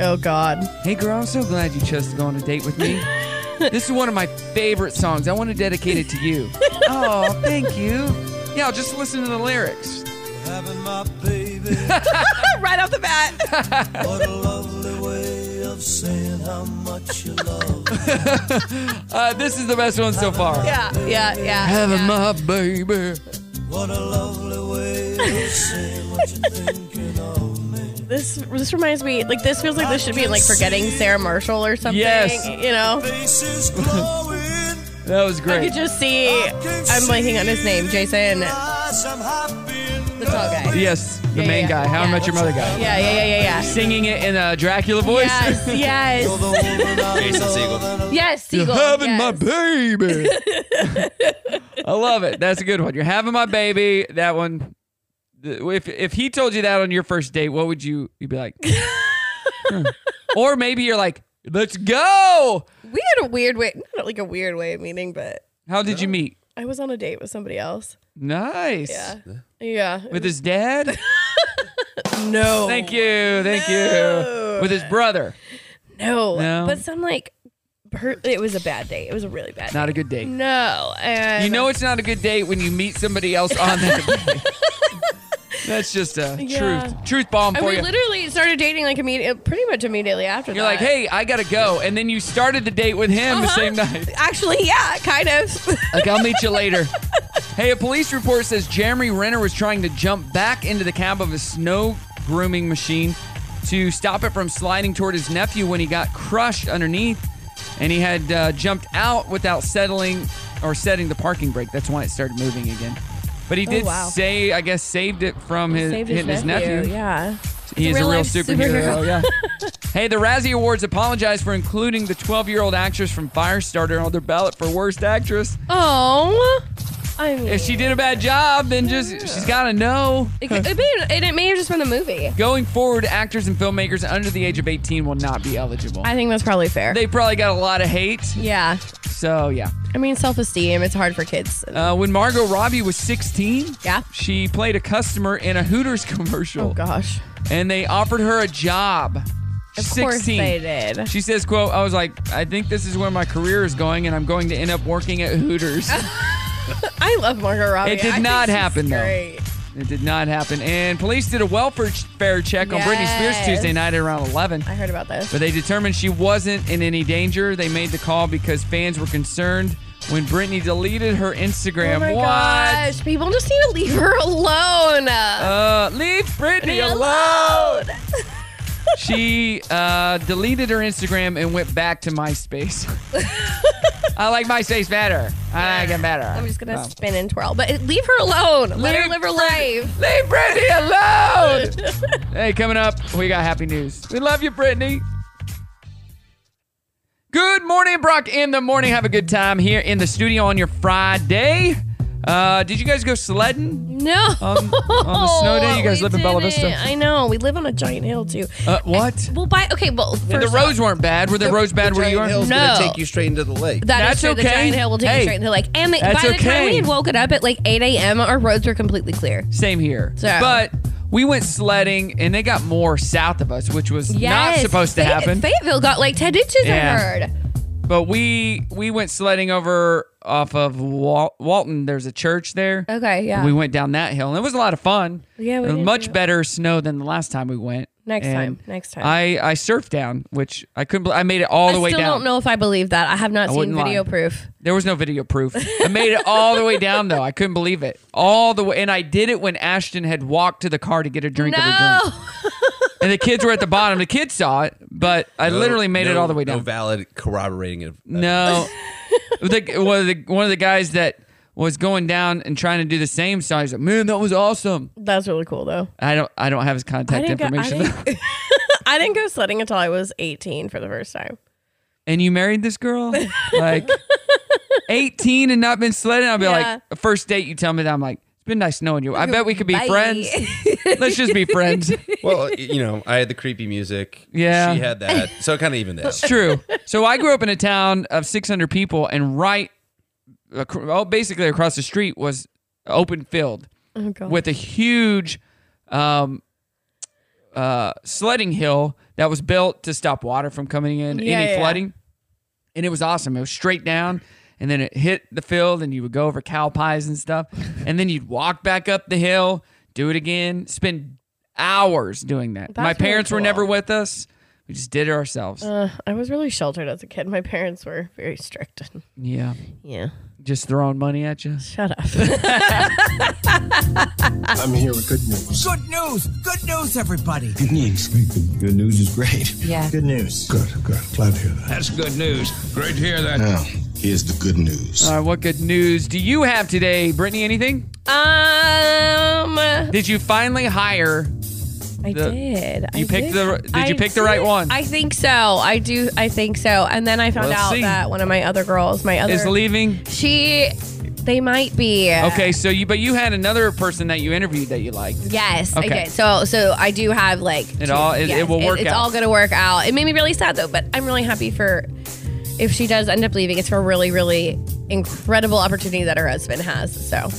Speaker 6: oh God.
Speaker 1: Hey, girl, I'm so glad you chose to go on a date with me. this is one of my favorite songs. I want to dedicate it to you. oh, thank you. Yeah, I'll just listen to the lyrics.
Speaker 5: Having my baby,
Speaker 6: right off the bat.
Speaker 5: what a lovely way of saying how much you love.
Speaker 1: Uh, this is the best one so far.
Speaker 6: Yeah, yeah, yeah.
Speaker 1: Having my baby.
Speaker 5: What a lovely way to say what you thinking of.
Speaker 6: This this reminds me like this feels like this should be like forgetting Sarah Marshall or something.
Speaker 1: Yes.
Speaker 6: you know.
Speaker 1: That was
Speaker 6: I
Speaker 1: great.
Speaker 6: could just see. I'm blanking on his name. Jason, the tall guy.
Speaker 1: Yes, the
Speaker 6: Yeah,
Speaker 1: main
Speaker 6: yeah,
Speaker 1: guy. How I
Speaker 6: yeah.
Speaker 1: Met Your Mother guy.
Speaker 6: Yeah, yeah, yeah, yeah, yeah.
Speaker 1: Singing it in a Dracula voice.
Speaker 6: Yes, yes,
Speaker 7: Jason Siegel.
Speaker 6: yes.
Speaker 1: You're
Speaker 6: Siegel,
Speaker 1: having
Speaker 6: yes.
Speaker 1: my baby. I love it. That's a good one. You're having my baby. That one. the- If if he told you that on your first date, what would you? You'd be like, "Huh." or maybe you're like, let's go.
Speaker 6: We had a weird way, not like a weird way of meeting, but
Speaker 1: How did you meet?
Speaker 6: I was on a date with somebody else.
Speaker 1: Nice.
Speaker 6: Yeah, yeah.
Speaker 1: With his dad.
Speaker 6: no.
Speaker 1: Thank you. Thank
Speaker 6: No.
Speaker 1: you. With his brother.
Speaker 6: No,
Speaker 1: No.
Speaker 6: but some like, per- it was a bad date. It was a really bad.
Speaker 1: Not a
Speaker 6: date.
Speaker 1: good date.
Speaker 6: No, and
Speaker 1: You know it's not a good date when you meet somebody else on that date. That's just a
Speaker 6: Yeah.
Speaker 1: truth truth bomb
Speaker 6: And
Speaker 1: for
Speaker 6: we
Speaker 1: you.
Speaker 6: literally started dating like immediate, pretty much immediately after
Speaker 1: You're
Speaker 6: that.
Speaker 1: like, hey, I gotta go, and then you started the date with him the
Speaker 6: Uh-huh.
Speaker 1: same night.
Speaker 6: Actually, yeah, kind of.
Speaker 1: Like, I'll meet you later. Hey, a police report says Jeremy Renner was trying to jump back into the cab of a snow grooming machine to stop it from sliding toward his nephew when he got crushed underneath, and he had uh, jumped out without settling or setting the parking brake. That's why it started moving again. But he
Speaker 6: Oh,
Speaker 1: did
Speaker 6: wow.
Speaker 1: say, I guess, saved it from his
Speaker 6: Saved
Speaker 1: hitting his nephew.
Speaker 6: Yeah.
Speaker 1: He is a real
Speaker 6: Real-life
Speaker 1: superhero.
Speaker 6: superhero.
Speaker 1: yeah. Hey, the Razzie Awards apologized for including the 12-year-old actress from Firestarter on their ballot for worst actress.
Speaker 6: Oh, I mean,
Speaker 1: If she did a bad job, then just she's got to know.
Speaker 6: it, could- it, may, and it may have just been the movie.
Speaker 1: Going forward, actors and filmmakers under the age of 18 will not be eligible.
Speaker 6: I think that's probably fair.
Speaker 1: They probably got a lot of hate.
Speaker 6: yeah,
Speaker 1: So, yeah.
Speaker 6: I mean, self-esteem. It's hard for kids. Oh,
Speaker 1: Uh, when Margot Robbie was 16,
Speaker 6: Yeah.
Speaker 1: she played a customer in a Hooters commercial.
Speaker 6: Oh gosh.
Speaker 1: and they offered her a job.
Speaker 6: Of
Speaker 1: 16.
Speaker 6: course they did.
Speaker 1: She says, quote, I was like, I think this is where my career is going and I'm going to end up working at Hooters.
Speaker 6: I love Margot Robbie.
Speaker 1: It did
Speaker 6: I think
Speaker 1: not
Speaker 6: she's
Speaker 1: happen, though.
Speaker 6: great.
Speaker 1: it did not happen. And police did a welfare fair check on Britney Spears
Speaker 6: Yes.
Speaker 1: Tuesday night at around 11.
Speaker 6: I heard about this.
Speaker 1: But they determined she wasn't in any danger. They made the call because fans were concerned when Britney deleted her Instagram.
Speaker 6: oh my
Speaker 1: what?
Speaker 6: gosh, people just need to leave her alone.
Speaker 1: Uh, leave Britney
Speaker 6: Leave her
Speaker 1: alone. she uh, deleted her Instagram and went back to MySpace. I like MySpace better. I like it better.
Speaker 6: I'm just gonna spin and twirl, but leave her alone. Let her
Speaker 1: Leave
Speaker 6: live her life.
Speaker 1: Leave Britney alone. hey, coming up, we got happy news. We love you, Britney. Good morning, Brock. In the morning, have a good time here in the studio on your Friday. Uh, did you guys go sledding?
Speaker 6: No.
Speaker 1: On- on the snow day, you guys
Speaker 6: We
Speaker 1: live in Bella
Speaker 6: didn't.
Speaker 1: Vista.
Speaker 6: I know. We live on a giant hill too.
Speaker 1: Uh, what?
Speaker 6: Well, by okay, well,
Speaker 1: And the
Speaker 6: first off,
Speaker 1: roads weren't bad. Were the, roads bad where you are?
Speaker 7: Hill's gonna
Speaker 6: No.
Speaker 7: take you straight into the lake.
Speaker 6: that
Speaker 1: that's
Speaker 6: is true. The
Speaker 1: okay.
Speaker 6: giant hill will take
Speaker 1: Hey,
Speaker 6: you straight into like. And the, by
Speaker 1: that's
Speaker 6: the time
Speaker 1: okay.
Speaker 6: we had woken up at like 8 a.m., our roads were completely clear.
Speaker 1: Same here.
Speaker 6: So-
Speaker 1: But we went sledding and they got more south of us, which was not
Speaker 6: Yes.
Speaker 1: supposed to
Speaker 6: Fay-
Speaker 1: happen.
Speaker 6: Fayetteville got like 10 inches.
Speaker 1: Yeah.
Speaker 6: I heard.
Speaker 1: But we we went sledding over off of Wal- Walton. There's a church there.
Speaker 6: Okay, yeah.
Speaker 1: We went down that hill and it was a lot of fun.
Speaker 6: Yeah, we
Speaker 1: It was
Speaker 6: did
Speaker 1: much
Speaker 6: do it.
Speaker 1: better snow than the last time we went.
Speaker 6: Next
Speaker 1: And
Speaker 6: time, next time.
Speaker 1: I I surfed down, which I couldn't. bel I made it all the
Speaker 6: I
Speaker 1: way
Speaker 6: still
Speaker 1: down.
Speaker 6: don't know if I believe that. I have not
Speaker 1: I
Speaker 6: seen
Speaker 1: wouldn't lie.
Speaker 6: video proof.
Speaker 1: There was no video proof. I made it all the way down though. I couldn't believe it. All the way, and I did it when Ashton had walked to the car to get a drink of her drink.
Speaker 6: No.
Speaker 1: And the kids were at the bottom. The kids saw it, but I literally made it
Speaker 7: No-
Speaker 1: all the way down.
Speaker 7: No valid corroborating of that.
Speaker 1: No. the, one, of the, one of the guys that was going down and trying to do the same song. He's like, man, that was awesome.
Speaker 6: That's really cool though.
Speaker 1: I don't I don't have his
Speaker 6: I
Speaker 1: contact
Speaker 6: didn't, go, I,
Speaker 1: information.
Speaker 6: didn't, I didn't go sledding until I was 18 for the first time.
Speaker 1: and you married this girl? Like 18 and not been sledding? I'll be
Speaker 6: Yeah.
Speaker 1: like, first date you tell me that I'm like, it's been nice knowing you. I bet we could be
Speaker 6: Bye.
Speaker 1: friends. Let's just be friends. It's
Speaker 7: Well, y- you know, I had the creepy music.
Speaker 1: Yeah.
Speaker 7: She had that. So it kind of evened out.
Speaker 1: true. So I grew up in a town of 600 people and right ac- well, basically across the street was open field.
Speaker 6: Oh god.
Speaker 1: with a huge um, uh, sledding hill that was built to stop water from coming in,
Speaker 6: Yeah,
Speaker 1: any
Speaker 6: yeah, yeah.
Speaker 1: flooding. And it was awesome. It was straight down, and then it hit the field, and you would go over cow pies and stuff. And then you'd walk back up the hill, do it again, spend hours doing that.
Speaker 6: That's
Speaker 1: My
Speaker 6: really
Speaker 1: parents were
Speaker 6: cool.
Speaker 1: never with us We just did it ourselves.
Speaker 6: Uh, I was really sheltered as a kid. My parents were very strict.
Speaker 1: Yeah.
Speaker 6: Yeah.
Speaker 1: Just throwing money at you.
Speaker 6: Shut up.
Speaker 12: I'm here with good news.
Speaker 5: Good news. Good news, everybody.
Speaker 12: Good news. Good news is great. Yeah. Good news. Good, good. Glad to hear that.
Speaker 5: That's good news. Great to hear that.
Speaker 12: Now, here's the good news.
Speaker 1: All right, what good news do you have today, Brittany? Anything?
Speaker 6: Um,
Speaker 1: Did you finally hire?
Speaker 6: I did.
Speaker 1: You
Speaker 6: I
Speaker 1: picked
Speaker 6: did.
Speaker 1: the. Did
Speaker 6: I
Speaker 1: you pick the right
Speaker 6: did.
Speaker 1: one?
Speaker 6: I think so. I do. I think so. And then I found
Speaker 1: Let's
Speaker 6: out
Speaker 1: see.
Speaker 6: that one of my other girls, my other
Speaker 1: Is leaving.
Speaker 6: She, they might be.
Speaker 1: Okay, so you but you had another person that you interviewed that you liked.
Speaker 6: Yes,
Speaker 1: Okay.
Speaker 6: I did. So, so I do have like
Speaker 1: It all- it- it will work
Speaker 6: It's
Speaker 1: out.
Speaker 6: all gonna work out. It made me really sad though, but I'm really happy for if she does end up leaving. It's for a really, really incredible opportunity that her husband has. So,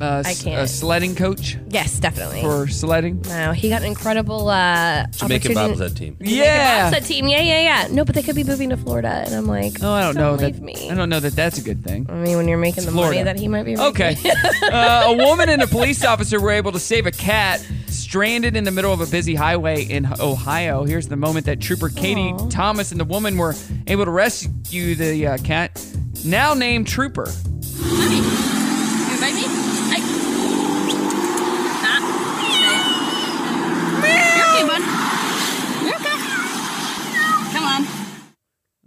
Speaker 1: Uh,
Speaker 6: I
Speaker 1: s-
Speaker 6: can't.
Speaker 1: A sledding coach
Speaker 6: yes, definitely.
Speaker 1: for sledding.
Speaker 6: no, he got an incredible uh,
Speaker 13: Jamaican
Speaker 6: opportunity-
Speaker 13: bobsled team.
Speaker 1: Yeah.
Speaker 6: Bobsled team. Yeah, yeah, yeah. No, but they could be moving to Florida, and I'm like,
Speaker 1: No, Oh, I don't, know
Speaker 6: leave
Speaker 1: that. I don't know that that's a good thing. I
Speaker 6: mean, when you're making the money that he might be. Making.
Speaker 1: Okay. uh, a woman and a police officer were able to save a cat stranded in the middle of a busy highway in Ohio. Here's the moment that Trooper Katie Thomas and the woman were able to rescue the uh, cat, now named Trooper.
Speaker 14: You invite me? I.
Speaker 15: You're okay, bud. You're okay. Come on.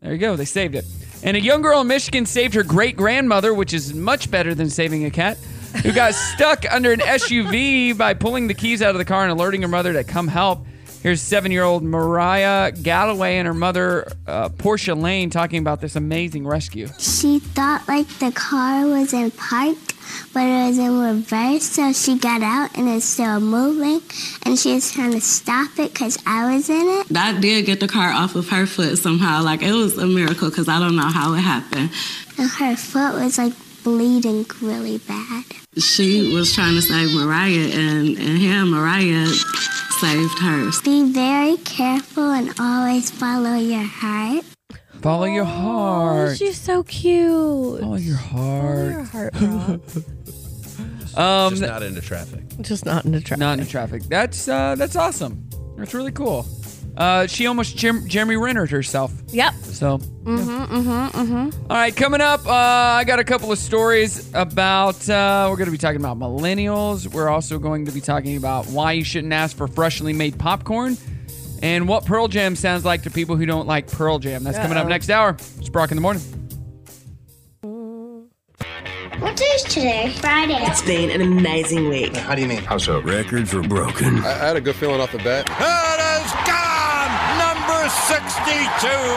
Speaker 1: There you go. They saved it. And a young girl in Michigan saved her great grandmother, which is much better than saving a cat, who got stuck under an SUV by pulling the keys out of the car and alerting her mother to come help. Here's seven year old Mariah Galloway and her mother, uh, Portia Lane, talking about this amazing rescue.
Speaker 8: She thought like the car was in park, but it was in reverse, so she got out and it's still moving, and she was trying to stop it because I was in it.
Speaker 4: I did get the car off of her foot somehow. Like it was a miracle because I don't know how it happened.
Speaker 8: And her foot was like bleeding really bad.
Speaker 4: She was trying to save Mariah, and and him, Mariah saved hers.
Speaker 8: Be very careful and always follow your heart.
Speaker 1: Follow your heart.
Speaker 6: She's so cute.
Speaker 1: Follow your heart.
Speaker 6: Your heart, Rob.
Speaker 1: Um,
Speaker 13: Just not into traffic.
Speaker 6: Just not into traffic.
Speaker 1: Not into traffic. That's uh, that's awesome. That's really cool. Uh, she almost Jim- Jeremy Rennered herself.
Speaker 6: Yep.
Speaker 1: So
Speaker 6: Mm-hmm. Mm-hmm. Mm-hmm.
Speaker 1: All right, coming up, uh, I got a couple of stories about. Uh, we're going to be talking about millennials. We're also going to be talking about why you shouldn't ask for freshly made popcorn and what Pearl Jam sounds like to people who don't like Pearl Jam. That's coming up
Speaker 16: Uh-oh.
Speaker 1: next hour. It's Brock in the morning.
Speaker 16: What day is today? Friday. It's been an amazing week. How do you mean?
Speaker 17: How so? Records are broken. I, had a good feeling off the bat.
Speaker 5: It is gone. Number 62.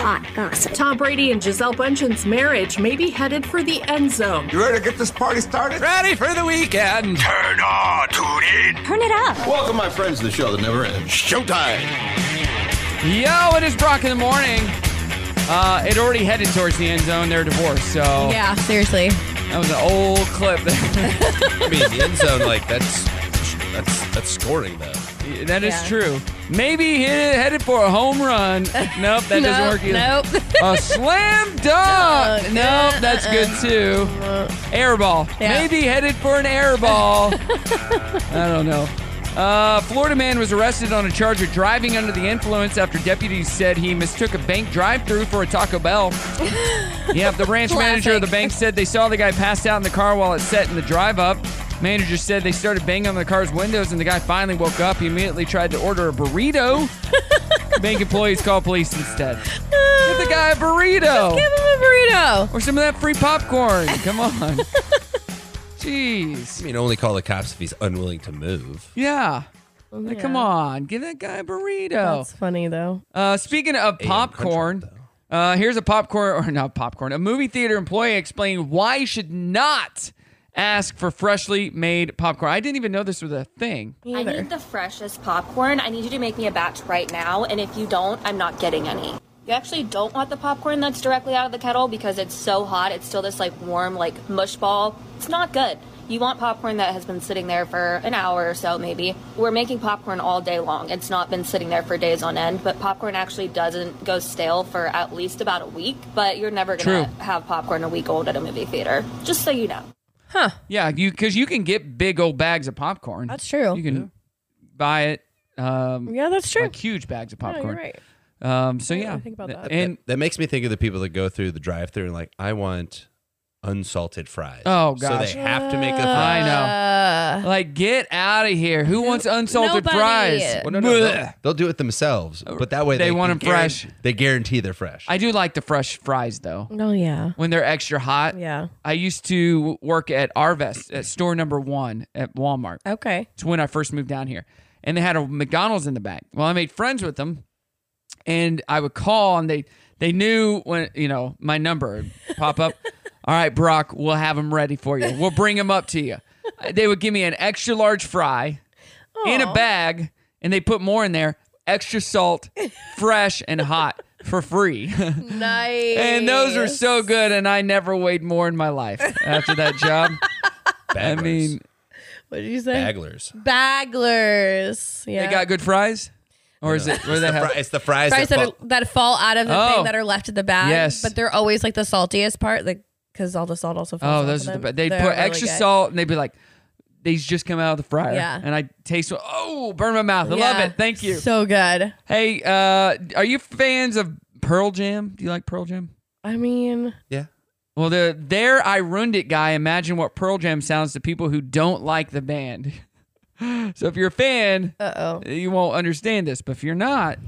Speaker 3: Hot gossip. Tom Brady and Giselle Bundchen's marriage may be headed for the end zone.
Speaker 5: You ready to get this party started? Ready for the weekend. Turn on, tune in.
Speaker 3: Turn it up.
Speaker 17: Welcome, my friends, to the show that never ends. Showtime.
Speaker 1: Yo, it is Brock in the morning. Uh, it already headed towards the end zone. They're divorced, so
Speaker 6: Yeah, seriously.
Speaker 1: that was an old clip.
Speaker 13: I mean, the end zone, like that's that's that's scoring though.
Speaker 1: That is
Speaker 13: Yeah.
Speaker 1: true. Maybe he headed for a home run. Nope, that doesn't
Speaker 13: Nope,
Speaker 1: work either.
Speaker 13: nope.
Speaker 1: a slam dunk.
Speaker 13: Dunk.
Speaker 1: Nope, that's good too. Air ball.
Speaker 13: Yeah.
Speaker 1: Maybe headed for an air ball. I don't know. Uh, Florida man was arrested on a charge of driving under the influence after deputies said he mistook a bank drive-through for a Taco Bell. Yeah, the branch manager of the bank said they saw the guy passed out in the car while it set in the drive up. Manager said they started banging on the car's windows and the guy finally woke up. He immediately tried to order a burrito. bank employees called police instead. Give the guy a burrito. give
Speaker 6: him a burrito.
Speaker 1: Or some of that free popcorn. Come on. Jeez.
Speaker 13: I mean, only call the cops if he's unwilling to move.
Speaker 1: Yeah. Like, Come on. Give that guy a burrito.
Speaker 6: That's funny though.
Speaker 1: Uh, speaking of popcorn, uh, here's a popcorn, or not popcorn, a movie theater employee explained why you should not ask for freshly made popcorn. I didn't even know this was a thing.
Speaker 18: I need the freshest popcorn. I need you to make me a batch right now, and if you don't, I'm not getting any. You actually don't want the popcorn that's directly out of the kettle because it's so hot. It's still this like warm, like mush ball. It's not good. You want popcorn that has been sitting there for an hour or so, maybe. We're making popcorn all day long. It's not been sitting there for days on end, but popcorn actually doesn't go stale for at least about a week. But you're never gonna
Speaker 1: True.
Speaker 18: have popcorn a week old at a movie theater, just so you know.
Speaker 1: Huh. Yeah, you because you can get big old bags of popcorn. That's
Speaker 6: true.
Speaker 1: You can buy it. Um,
Speaker 6: yeah, that's true.
Speaker 1: Like huge bags of
Speaker 6: No, you're
Speaker 1: popcorn.
Speaker 6: right.
Speaker 1: Um, so yeah,
Speaker 13: think about that.
Speaker 1: and
Speaker 13: that makes me think of the people that go through the drive-through and like, I want unsalted fries.
Speaker 1: Oh
Speaker 13: So
Speaker 1: gosh.
Speaker 13: they have to make a thing.
Speaker 1: I know. Like, get out of here. Who wants unsalted
Speaker 13: Uh. Nobody.
Speaker 1: fries?
Speaker 13: Well, no, no,
Speaker 1: Blech.
Speaker 13: they'll, they'll do it themselves, but that way
Speaker 1: They
Speaker 13: they,
Speaker 1: want
Speaker 13: can
Speaker 1: 'em fresh.
Speaker 13: guaran- They guarantee they're fresh.
Speaker 1: I do like the fresh fries though.
Speaker 6: Oh yeah.
Speaker 1: When they're extra hot.
Speaker 6: Yeah.
Speaker 1: I used to work at Arvest at store number one at Walmart.
Speaker 6: Okay.
Speaker 1: It's when I first moved down here. And they had a McDonald's in the back. Well, I made friends with them and I would call and they they knew when you know, my number would pop up. All right, Brock, we'll have them ready for you. We'll bring them up to you. They would give me an extra large fry in a bag and they put more in there, extra salt, fresh and hot for free.
Speaker 6: Nice.
Speaker 1: And those were so good, and I never weighed more in my life after that job. I mean,
Speaker 6: what did you say?
Speaker 13: Bagglers.
Speaker 6: Bagglers. Yeah.
Speaker 1: They got good fries, or is it? What do they have?
Speaker 13: it's the fries,
Speaker 6: fries that, are, that fall out of the
Speaker 1: Oh.
Speaker 6: thing that are left at the bag.
Speaker 1: Yes.
Speaker 6: But they're always like the saltiest part, like because all the salt also falls.
Speaker 1: oh, those
Speaker 6: off
Speaker 1: are the
Speaker 6: of
Speaker 1: best.
Speaker 6: them.
Speaker 1: They
Speaker 6: They're
Speaker 1: put
Speaker 6: really
Speaker 1: extra
Speaker 6: good.
Speaker 1: salt, and they'd be like, "These just come out of the fryer."
Speaker 6: Yeah.
Speaker 1: And I taste. Oh, burn my mouth. I love
Speaker 6: Yeah.
Speaker 1: it. Thank you.
Speaker 6: So good.
Speaker 1: Hey, uh, are you fans of Pearl Jam? Do you like Pearl Jam?
Speaker 6: I mean,
Speaker 13: Yeah.
Speaker 1: Well, the their I ruined it guy. Imagine what Pearl Jam sounds to people who don't like the band. So if you're a fan,
Speaker 6: uh
Speaker 1: oh, you won't understand this. But if you're not,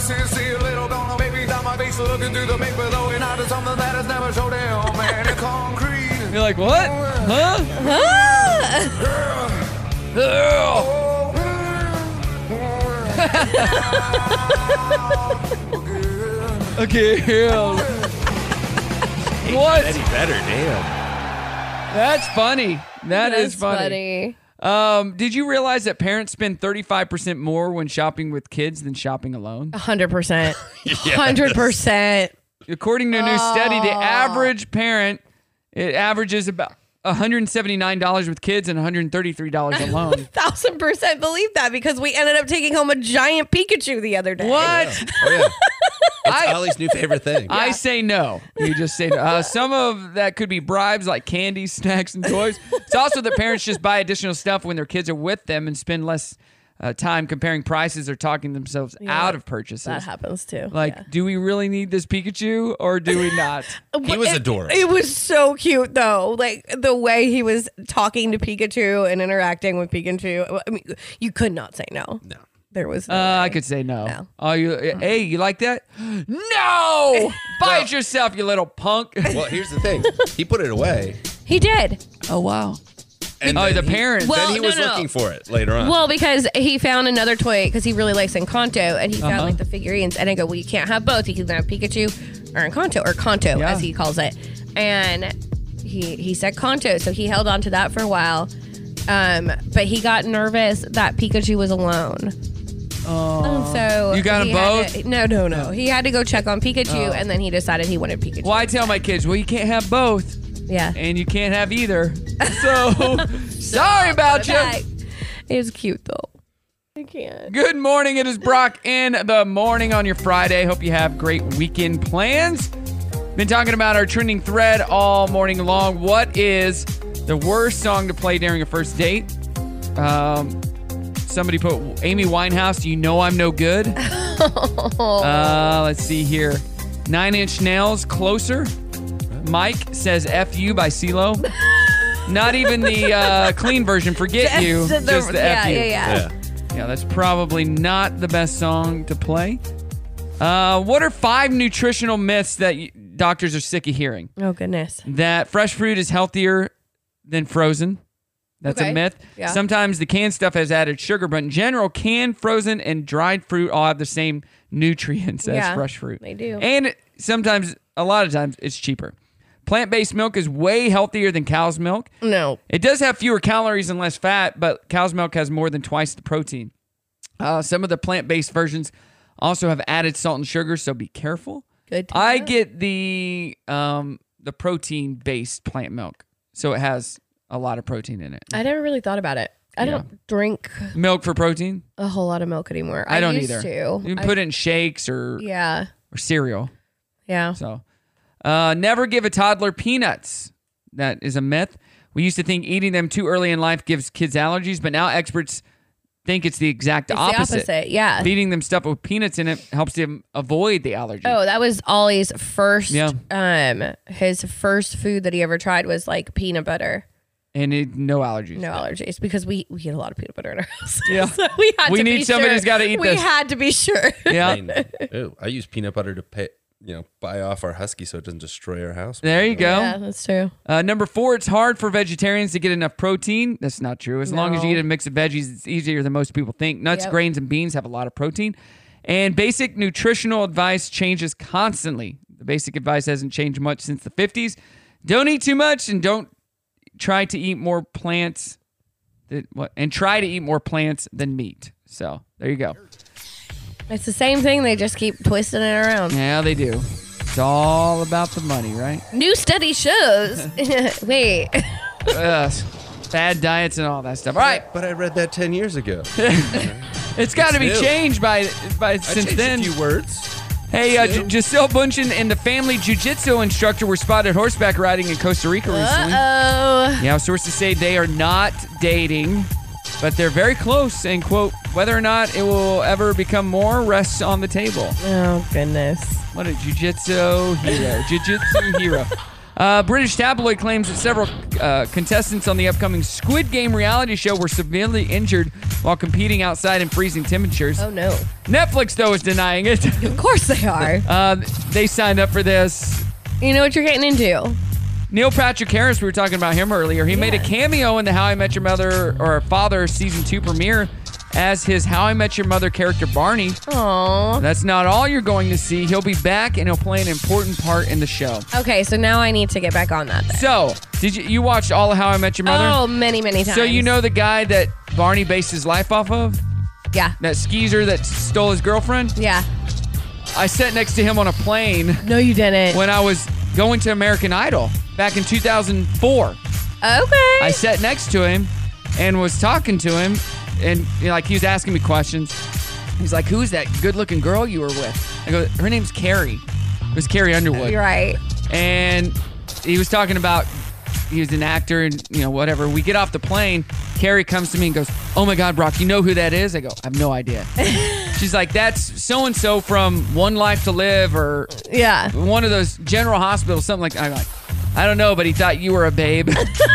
Speaker 5: Sincere little don't know, baby, down my face, looking through the paper, though, and out of something that has never showed him. And it concrete.
Speaker 1: you're like, what? Huh? okay, What?
Speaker 13: Any better, damn.
Speaker 1: That's funny. That's
Speaker 6: That's
Speaker 1: funny. Um, did you realize that parents spend 35% more when shopping with kids than shopping alone?
Speaker 6: hundred percent, hundred percent.
Speaker 1: According to a new study, the
Speaker 6: Oh.
Speaker 1: average parent it averages about $179 with kids and $133 alone.
Speaker 6: Thousand percent believe that because we ended up taking home a giant Pikachu the other day.
Speaker 1: What?
Speaker 13: Oh, yeah. It's Ollie's new favorite thing.
Speaker 1: I say no. You just say no. Uh, some of that could be bribes like candy, snacks, and toys. It's also that parents just buy additional stuff when their kids are with them and spend less uh, time comparing prices or talking themselves
Speaker 6: Yeah,
Speaker 1: out of purchases.
Speaker 6: that happens too.
Speaker 1: Like, do we really need this Pikachu or do we not?
Speaker 6: But it- It was so cute though. Like the way he was talking to Pikachu and interacting with Pikachu. I mean, you could not say no. No. There was no
Speaker 1: Uh, I could say no. Oh, you? Hey, you like that? No! Buy it yourself, you little punk.
Speaker 13: Well, here's the thing. He put it away.
Speaker 6: He did.
Speaker 1: Oh wow.
Speaker 13: And
Speaker 1: oh,
Speaker 13: then
Speaker 1: the
Speaker 13: he-
Speaker 1: parents.
Speaker 6: Well,
Speaker 13: then he
Speaker 6: no,
Speaker 13: was
Speaker 6: no, no.
Speaker 13: looking for it later on.
Speaker 6: Well, because he found another toy because he really likes Encanto and he
Speaker 13: Uh-huh.
Speaker 6: found like the figurines. And I go, well, you can't have both. You can have Pikachu or Encanto or Kanto as he calls it. And he he said Kanto, so he held on to that for a while. Um, but he got nervous that Pikachu was alone.
Speaker 1: Oh.
Speaker 6: So
Speaker 1: You got
Speaker 6: he
Speaker 1: 'em
Speaker 6: had
Speaker 1: both?
Speaker 6: to- no, no, no. He had to go check on Pikachu,
Speaker 1: Oh.
Speaker 6: and then he decided he wanted Pikachu.
Speaker 1: Well, I tell my kids, well, you can't have both.
Speaker 6: Yeah.
Speaker 1: And you can't have either. So, sorry about you.
Speaker 6: back. It was cute though. I can't.
Speaker 1: Good morning. It is Brock in the morning on your Friday. Hope you have great weekend plans. Been talking about our trending thread all morning long. What is the worst song to play during a first date? Um, somebody put Amy Winehouse, You Know I'm No Good. Uh, let's see here. Nine Inch Nails, Closer. Mike says F You by CeeLo. Not even the uh, clean version, Forget
Speaker 6: Just
Speaker 1: You.
Speaker 6: the-
Speaker 1: just the
Speaker 6: yeah,
Speaker 1: F You.
Speaker 6: yeah, yeah.
Speaker 1: Yeah, that's probably not the best song to play. Uh, what are five nutritional myths that y- doctors are sick of hearing?
Speaker 6: Oh goodness.
Speaker 1: That fresh fruit is healthier than frozen. That's
Speaker 6: Okay.
Speaker 1: a myth.
Speaker 6: Yeah.
Speaker 1: Sometimes the canned stuff has added sugar, but in general, canned, frozen, and dried fruit all have the same nutrients as
Speaker 6: Yeah,
Speaker 1: fresh fruit.
Speaker 6: they do.
Speaker 1: And it- sometimes, a lot of times, it's cheaper. Plant based milk is way healthier than cow's milk.
Speaker 6: No.
Speaker 1: It does have fewer calories and less fat, but cow's milk has more than twice the protein. Uh, some of the plant based versions also have added salt and sugar, so be careful.
Speaker 6: Good. to
Speaker 1: I
Speaker 6: know.
Speaker 1: get the um the protein based plant milk, so it has a lot of protein in it.
Speaker 6: I never really thought about it. I
Speaker 1: Yeah.
Speaker 6: don't drink
Speaker 1: Milk for protein?
Speaker 6: a whole lot of milk anymore.
Speaker 1: I, don't
Speaker 6: used
Speaker 1: either. Mm.
Speaker 6: To.
Speaker 1: You can
Speaker 6: I-
Speaker 1: put it in shakes or
Speaker 6: Yeah.
Speaker 1: or cereal.
Speaker 6: Yeah.
Speaker 1: So, uh, never give a toddler peanuts. That is a myth. We used to think eating them too early in life gives kids allergies, but now experts think it's the exact
Speaker 6: It's the
Speaker 1: opposite.
Speaker 6: opposite, yeah.
Speaker 1: Feeding them stuff with peanuts in it helps them avoid the allergy.
Speaker 6: Oh, that was Ollie's first.
Speaker 1: Yeah.
Speaker 6: Um, his first food that he ever tried was like peanut butter.
Speaker 1: And it, no allergies.
Speaker 6: No allergies because we we eat a lot of peanut butter in our house.
Speaker 1: Yeah.
Speaker 6: so we had
Speaker 1: We
Speaker 6: to
Speaker 1: need
Speaker 6: be
Speaker 1: somebody
Speaker 6: sure.
Speaker 1: who's gotta eat
Speaker 6: we
Speaker 1: this.
Speaker 6: had to be sure.
Speaker 1: Yeah.
Speaker 13: I, mean, ew, I use peanut butter to pay, you know, buy off our husky so it doesn't destroy our house.
Speaker 1: There you go.
Speaker 6: Yeah, that's true.
Speaker 1: Uh, number four, it's hard for vegetarians to get enough protein. That's not true. As long as you
Speaker 6: No.
Speaker 1: eat a mix of veggies, it's easier than most people think. Nuts,
Speaker 6: Yep.
Speaker 1: grains, and beans have a lot of protein. And basic nutritional advice changes constantly. The basic advice hasn't changed much since the 50s. Don't eat too much and don't try to eat more plants. That, what, and try to eat more plants than meat. So there you go.
Speaker 6: It's the same thing. They just keep twisting it around.
Speaker 1: Yeah, they do. It's all about the money, right?
Speaker 6: New study shows. Wait.
Speaker 1: Ugh, bad diets and all that stuff. All right.
Speaker 13: But I read that 10 years ago.
Speaker 1: It's got to
Speaker 13: It's
Speaker 1: be
Speaker 13: new.
Speaker 1: changed by by since
Speaker 13: changed a
Speaker 1: then.
Speaker 13: few words.
Speaker 1: Hey, uh,
Speaker 13: It's
Speaker 1: G-
Speaker 13: new.
Speaker 1: Giselle Bundchen and the family jujitsu instructor were spotted horseback riding in Costa Rica recently.
Speaker 6: Uh oh.
Speaker 1: Yeah, sources say they are not dating, but they're very close. And quote, whether or not it will ever become more rests on the table.
Speaker 6: Oh goodness.
Speaker 1: What a jujitsu hero! Jujitsu hero. Uh, British tabloid claims that several uh, contestants on the upcoming Squid Game reality show were severely injured while competing outside in freezing temperatures.
Speaker 6: Oh no.
Speaker 1: Netflix though is denying it.
Speaker 6: Of course they are.
Speaker 1: Uh, they signed up for this.
Speaker 6: You know what you're getting into.
Speaker 1: Neil Patrick Harris, we were talking about him earlier. He made a cameo in the How I Met Your Mother or Father season two premiere as his How I Met Your Mother character Barney.
Speaker 6: Aww.
Speaker 1: That's not all you're going to see. He'll be back and he'll play an important part in the show.
Speaker 6: Okay, so now I need to get back on that. Then.
Speaker 1: So, did you you watched all of How I Met Your Mother?
Speaker 6: Oh, many, many times.
Speaker 1: So you know the guy that Barney based his life off of?
Speaker 6: Yeah.
Speaker 1: That skeezer that stole his girlfriend?
Speaker 6: Yeah.
Speaker 1: I sat next to him on a plane
Speaker 6: No, you didn't.
Speaker 1: when I was going to American Idol back in 2004.
Speaker 6: Okay.
Speaker 1: I sat next to him and was talking to him, and you know, like he was asking me questions. He's like, "Who's that good-looking girl you were with?" I go, "Her name's Carrie." It was Carrie Underwood.
Speaker 6: You're right.
Speaker 1: And he was talking about he was an actor and you know whatever. We get off the plane. Carrie comes to me and goes, "Oh my God, Brock, you know who that is?" I go, "I have no idea." She's like, "That's so and so from One Life to Live or
Speaker 6: Yeah.
Speaker 1: one of those General Hospitals, something like." I'm like, "I don't know," but he thought you were a babe.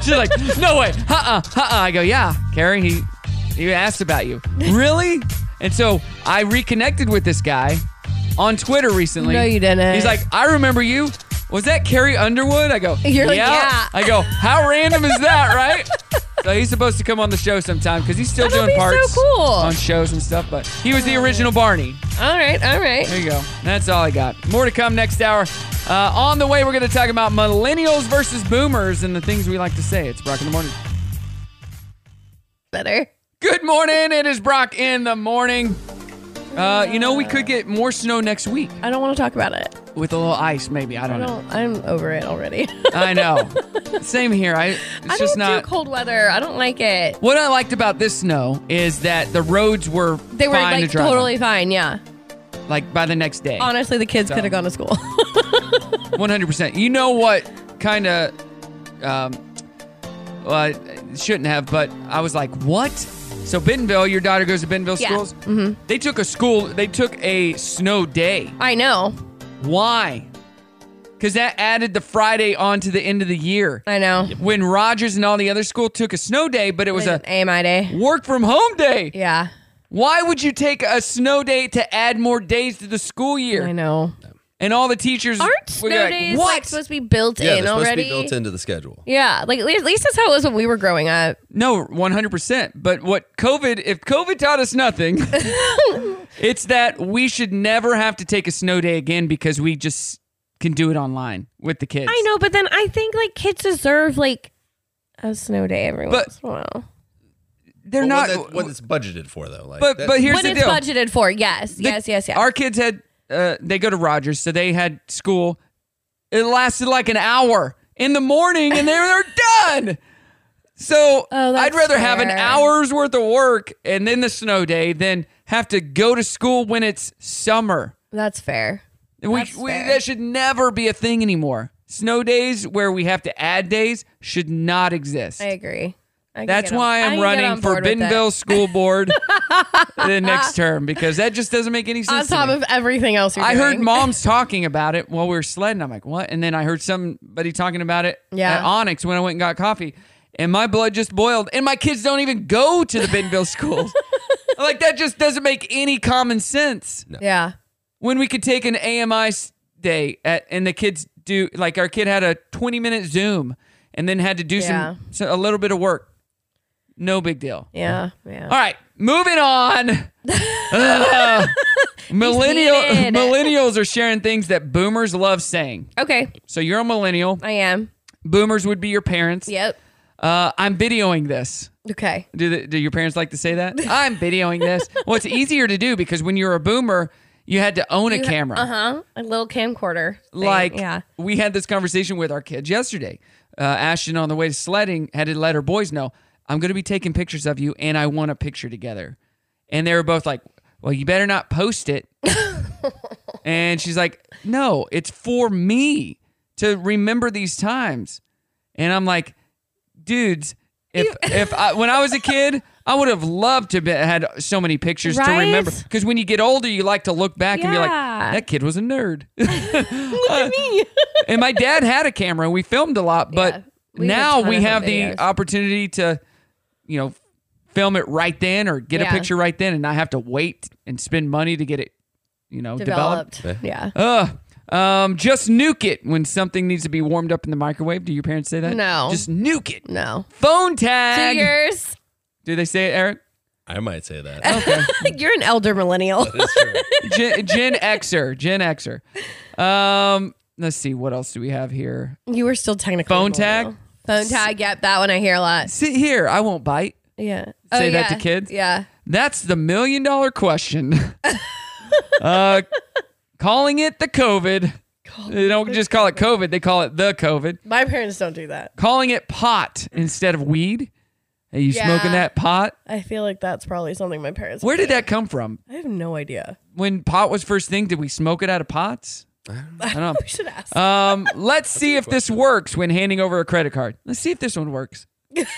Speaker 1: She's like, "No way, uh, uh, uh." I go, "Yeah, Carrie, he he asked about you, really?" And so I reconnected with this guy on Twitter recently.
Speaker 6: No, you didn't.
Speaker 1: He's like, "I remember you." Was that Carrie Underwood? I go,
Speaker 6: You're like, yeah.
Speaker 1: I go, how random is that, right? so he's supposed to come on the show sometime because he's still
Speaker 6: That'll
Speaker 1: doing
Speaker 6: be so
Speaker 1: parts
Speaker 6: cool.
Speaker 1: on shows and stuff. But he was the original Barney.
Speaker 6: All right. All right.
Speaker 1: There you go. That's all I got. More to come next hour. Uh, on the way, we're going to talk about millennials versus boomers and the things we like to say. It's Brock in the morning.
Speaker 6: Better.
Speaker 1: Good morning. It is Brock in the morning. Uh, you know, we could get more snow next week
Speaker 6: I don't want to talk about it.
Speaker 1: with a little ice, maybe. I
Speaker 6: I
Speaker 1: don't know.
Speaker 6: don't. I'm over it already.
Speaker 1: I know. Same here. I, it's
Speaker 6: I
Speaker 1: Uh, just
Speaker 6: don't
Speaker 1: not.
Speaker 6: do cold weather. I don't like it.
Speaker 1: What I liked about this snow is that the roads were
Speaker 6: They were
Speaker 1: fine to
Speaker 6: like
Speaker 1: drive on,
Speaker 6: totally fine. Yeah.
Speaker 1: like by the next day.
Speaker 6: Honestly, the kids
Speaker 1: So-
Speaker 6: could have gone to school.
Speaker 1: One hundred percent. You know what kind of um, well, I shouldn't have, but I was like, what? So Bentonville, your daughter goes to Bentonville
Speaker 6: Yeah.
Speaker 1: schools. Mm-hmm. They took a school. They took a snow day.
Speaker 6: I know.
Speaker 1: Why? Because that added the Friday on to the end of the year.
Speaker 6: I know.
Speaker 1: When Rogers and all the other school took a snow day, but it was a
Speaker 6: AMI day.
Speaker 1: work from home day.
Speaker 6: Yeah.
Speaker 1: Why would you take a snow day to add more days to the school year?
Speaker 6: I know.
Speaker 1: And all the teachers
Speaker 6: Aren't
Speaker 1: were
Speaker 6: snow
Speaker 1: like,
Speaker 6: days
Speaker 1: what?
Speaker 6: like supposed to be built
Speaker 13: Yeah,
Speaker 6: in
Speaker 13: they're supposed
Speaker 6: already?
Speaker 13: to be built into the schedule.
Speaker 6: Yeah, like at least at least that's how it was when we were growing up.
Speaker 1: no, one hundred percent. But what COVID? If COVID taught us nothing, it's that we should never have to take a snow day again because we just can do it online with the kids.
Speaker 6: I know, but then I think like kids deserve like a snow day every
Speaker 1: But-
Speaker 6: once in a while.
Speaker 1: They're
Speaker 13: But
Speaker 1: not.
Speaker 13: What, that, what it's budgeted for, though. Like,
Speaker 1: But-
Speaker 13: that-
Speaker 1: but here's
Speaker 6: when
Speaker 1: the
Speaker 6: it's
Speaker 1: deal.
Speaker 6: budgeted for, yes,
Speaker 1: the-
Speaker 6: yes, yes, yes.
Speaker 1: Our kids had. Uh, they go to Rogers, so they had school. It lasted like an hour in the morning, and they were done. So I'd
Speaker 6: Oh, that's
Speaker 1: rather have an
Speaker 6: fair.
Speaker 1: hour's worth of work and then the snow day than have to go to school when it's summer.
Speaker 6: That's fair.
Speaker 1: We,
Speaker 6: That's
Speaker 1: we
Speaker 6: fair.
Speaker 1: that should never be a thing anymore. Snow days where we have to add days should not exist.
Speaker 6: I agree. I can
Speaker 1: That's
Speaker 6: get on-
Speaker 1: why
Speaker 6: I can
Speaker 1: I'm
Speaker 6: get
Speaker 1: running
Speaker 6: on
Speaker 1: for
Speaker 6: board with that.
Speaker 1: Bentonville School Board the next term because that just doesn't make any
Speaker 6: on
Speaker 1: sense. to
Speaker 6: top
Speaker 1: me.
Speaker 6: of everything else you're
Speaker 1: I
Speaker 6: doing.
Speaker 1: heard moms talking about it while we were sledding. I'm like, what? And then I heard somebody talking about it
Speaker 6: Yeah.
Speaker 1: at Onyx when I went and got coffee. And my blood just boiled. And my kids don't even go to the Bentonville schools. like, that just doesn't make any common sense.
Speaker 6: Yeah.
Speaker 1: When we could take an AMI s- day at, and the kids do, like, our kid had a 20 minute Zoom and then had to do
Speaker 6: Yeah.
Speaker 1: some, so- a little bit of work. No big deal.
Speaker 6: Yeah, yeah.
Speaker 1: All right, moving on. Ugh. millennial
Speaker 6: needed.
Speaker 1: millennials are sharing things that boomers love saying.
Speaker 6: Okay.
Speaker 1: So you're a millennial.
Speaker 6: I am.
Speaker 1: Boomers would be your parents.
Speaker 6: Yep.
Speaker 1: Uh, I'm videoing this.
Speaker 6: Okay.
Speaker 1: Do, the, do your parents like to say that? I'm videoing this. Well, it's easier to do because when you're a boomer, you had to own a camera.
Speaker 6: Uh huh. A little camcorder. thing.
Speaker 1: Like,
Speaker 6: yeah.
Speaker 1: we had this conversation with our kids yesterday. Uh, Ashton, on the way to sledding, had to let her boys know, I'm going to be taking pictures of you and I want a picture together. And they were both like, Well, you better not post it. and she's like, No, it's for me to remember these times. And I'm like, Dudes, if if I, when I was a kid, I would have loved to be, had so many pictures to
Speaker 6: Right?
Speaker 1: remember. Because when you get older, you like to look back and be like,
Speaker 6: Yeah.
Speaker 1: that kid was a nerd. and my dad had a camera and we filmed a lot, but
Speaker 6: we did a
Speaker 1: now
Speaker 6: ton
Speaker 1: we
Speaker 6: of
Speaker 1: have
Speaker 6: videos.
Speaker 1: the opportunity to, you know, film it right then or get
Speaker 6: Yeah.
Speaker 1: a picture right then and not have to wait and spend money to get it, you know, developed.
Speaker 6: Developed. Yeah.
Speaker 1: Ugh. Um, just nuke it when something needs to be warmed up in the microwave. Do your parents say that?
Speaker 6: No.
Speaker 1: Just nuke it.
Speaker 6: No.
Speaker 1: Phone tag.
Speaker 6: Two years.
Speaker 1: Do they say it, Eric?
Speaker 7: I might say that.
Speaker 6: You're an elder millennial.
Speaker 1: Gen, Gen Xer. Gen Xer. Um, let's see. What else do we have here?
Speaker 6: you were still technically.
Speaker 1: Phone
Speaker 6: a
Speaker 1: tag.
Speaker 6: millennial. Phone tag. Yep. That one I hear a lot.
Speaker 1: Sit here. I won't bite.
Speaker 6: Yeah.
Speaker 1: Say that to
Speaker 6: yeah.
Speaker 1: kids?
Speaker 6: Yeah.
Speaker 1: That's the million dollar question. uh, calling it the COVID. They don't just call it COVID. They call it the COVID.
Speaker 6: My parents don't do that.
Speaker 1: Calling it pot instead of weed. Are you
Speaker 6: Yeah.
Speaker 1: smoking that pot?
Speaker 6: I feel like that's probably something my parents.
Speaker 1: Where did that come from?
Speaker 6: I have no idea.
Speaker 1: When pot was first thing, did we smoke it out of pots? I don't know.
Speaker 6: We should ask.
Speaker 1: Um, let's see if this works when handing over a credit card. Let's see if this one works.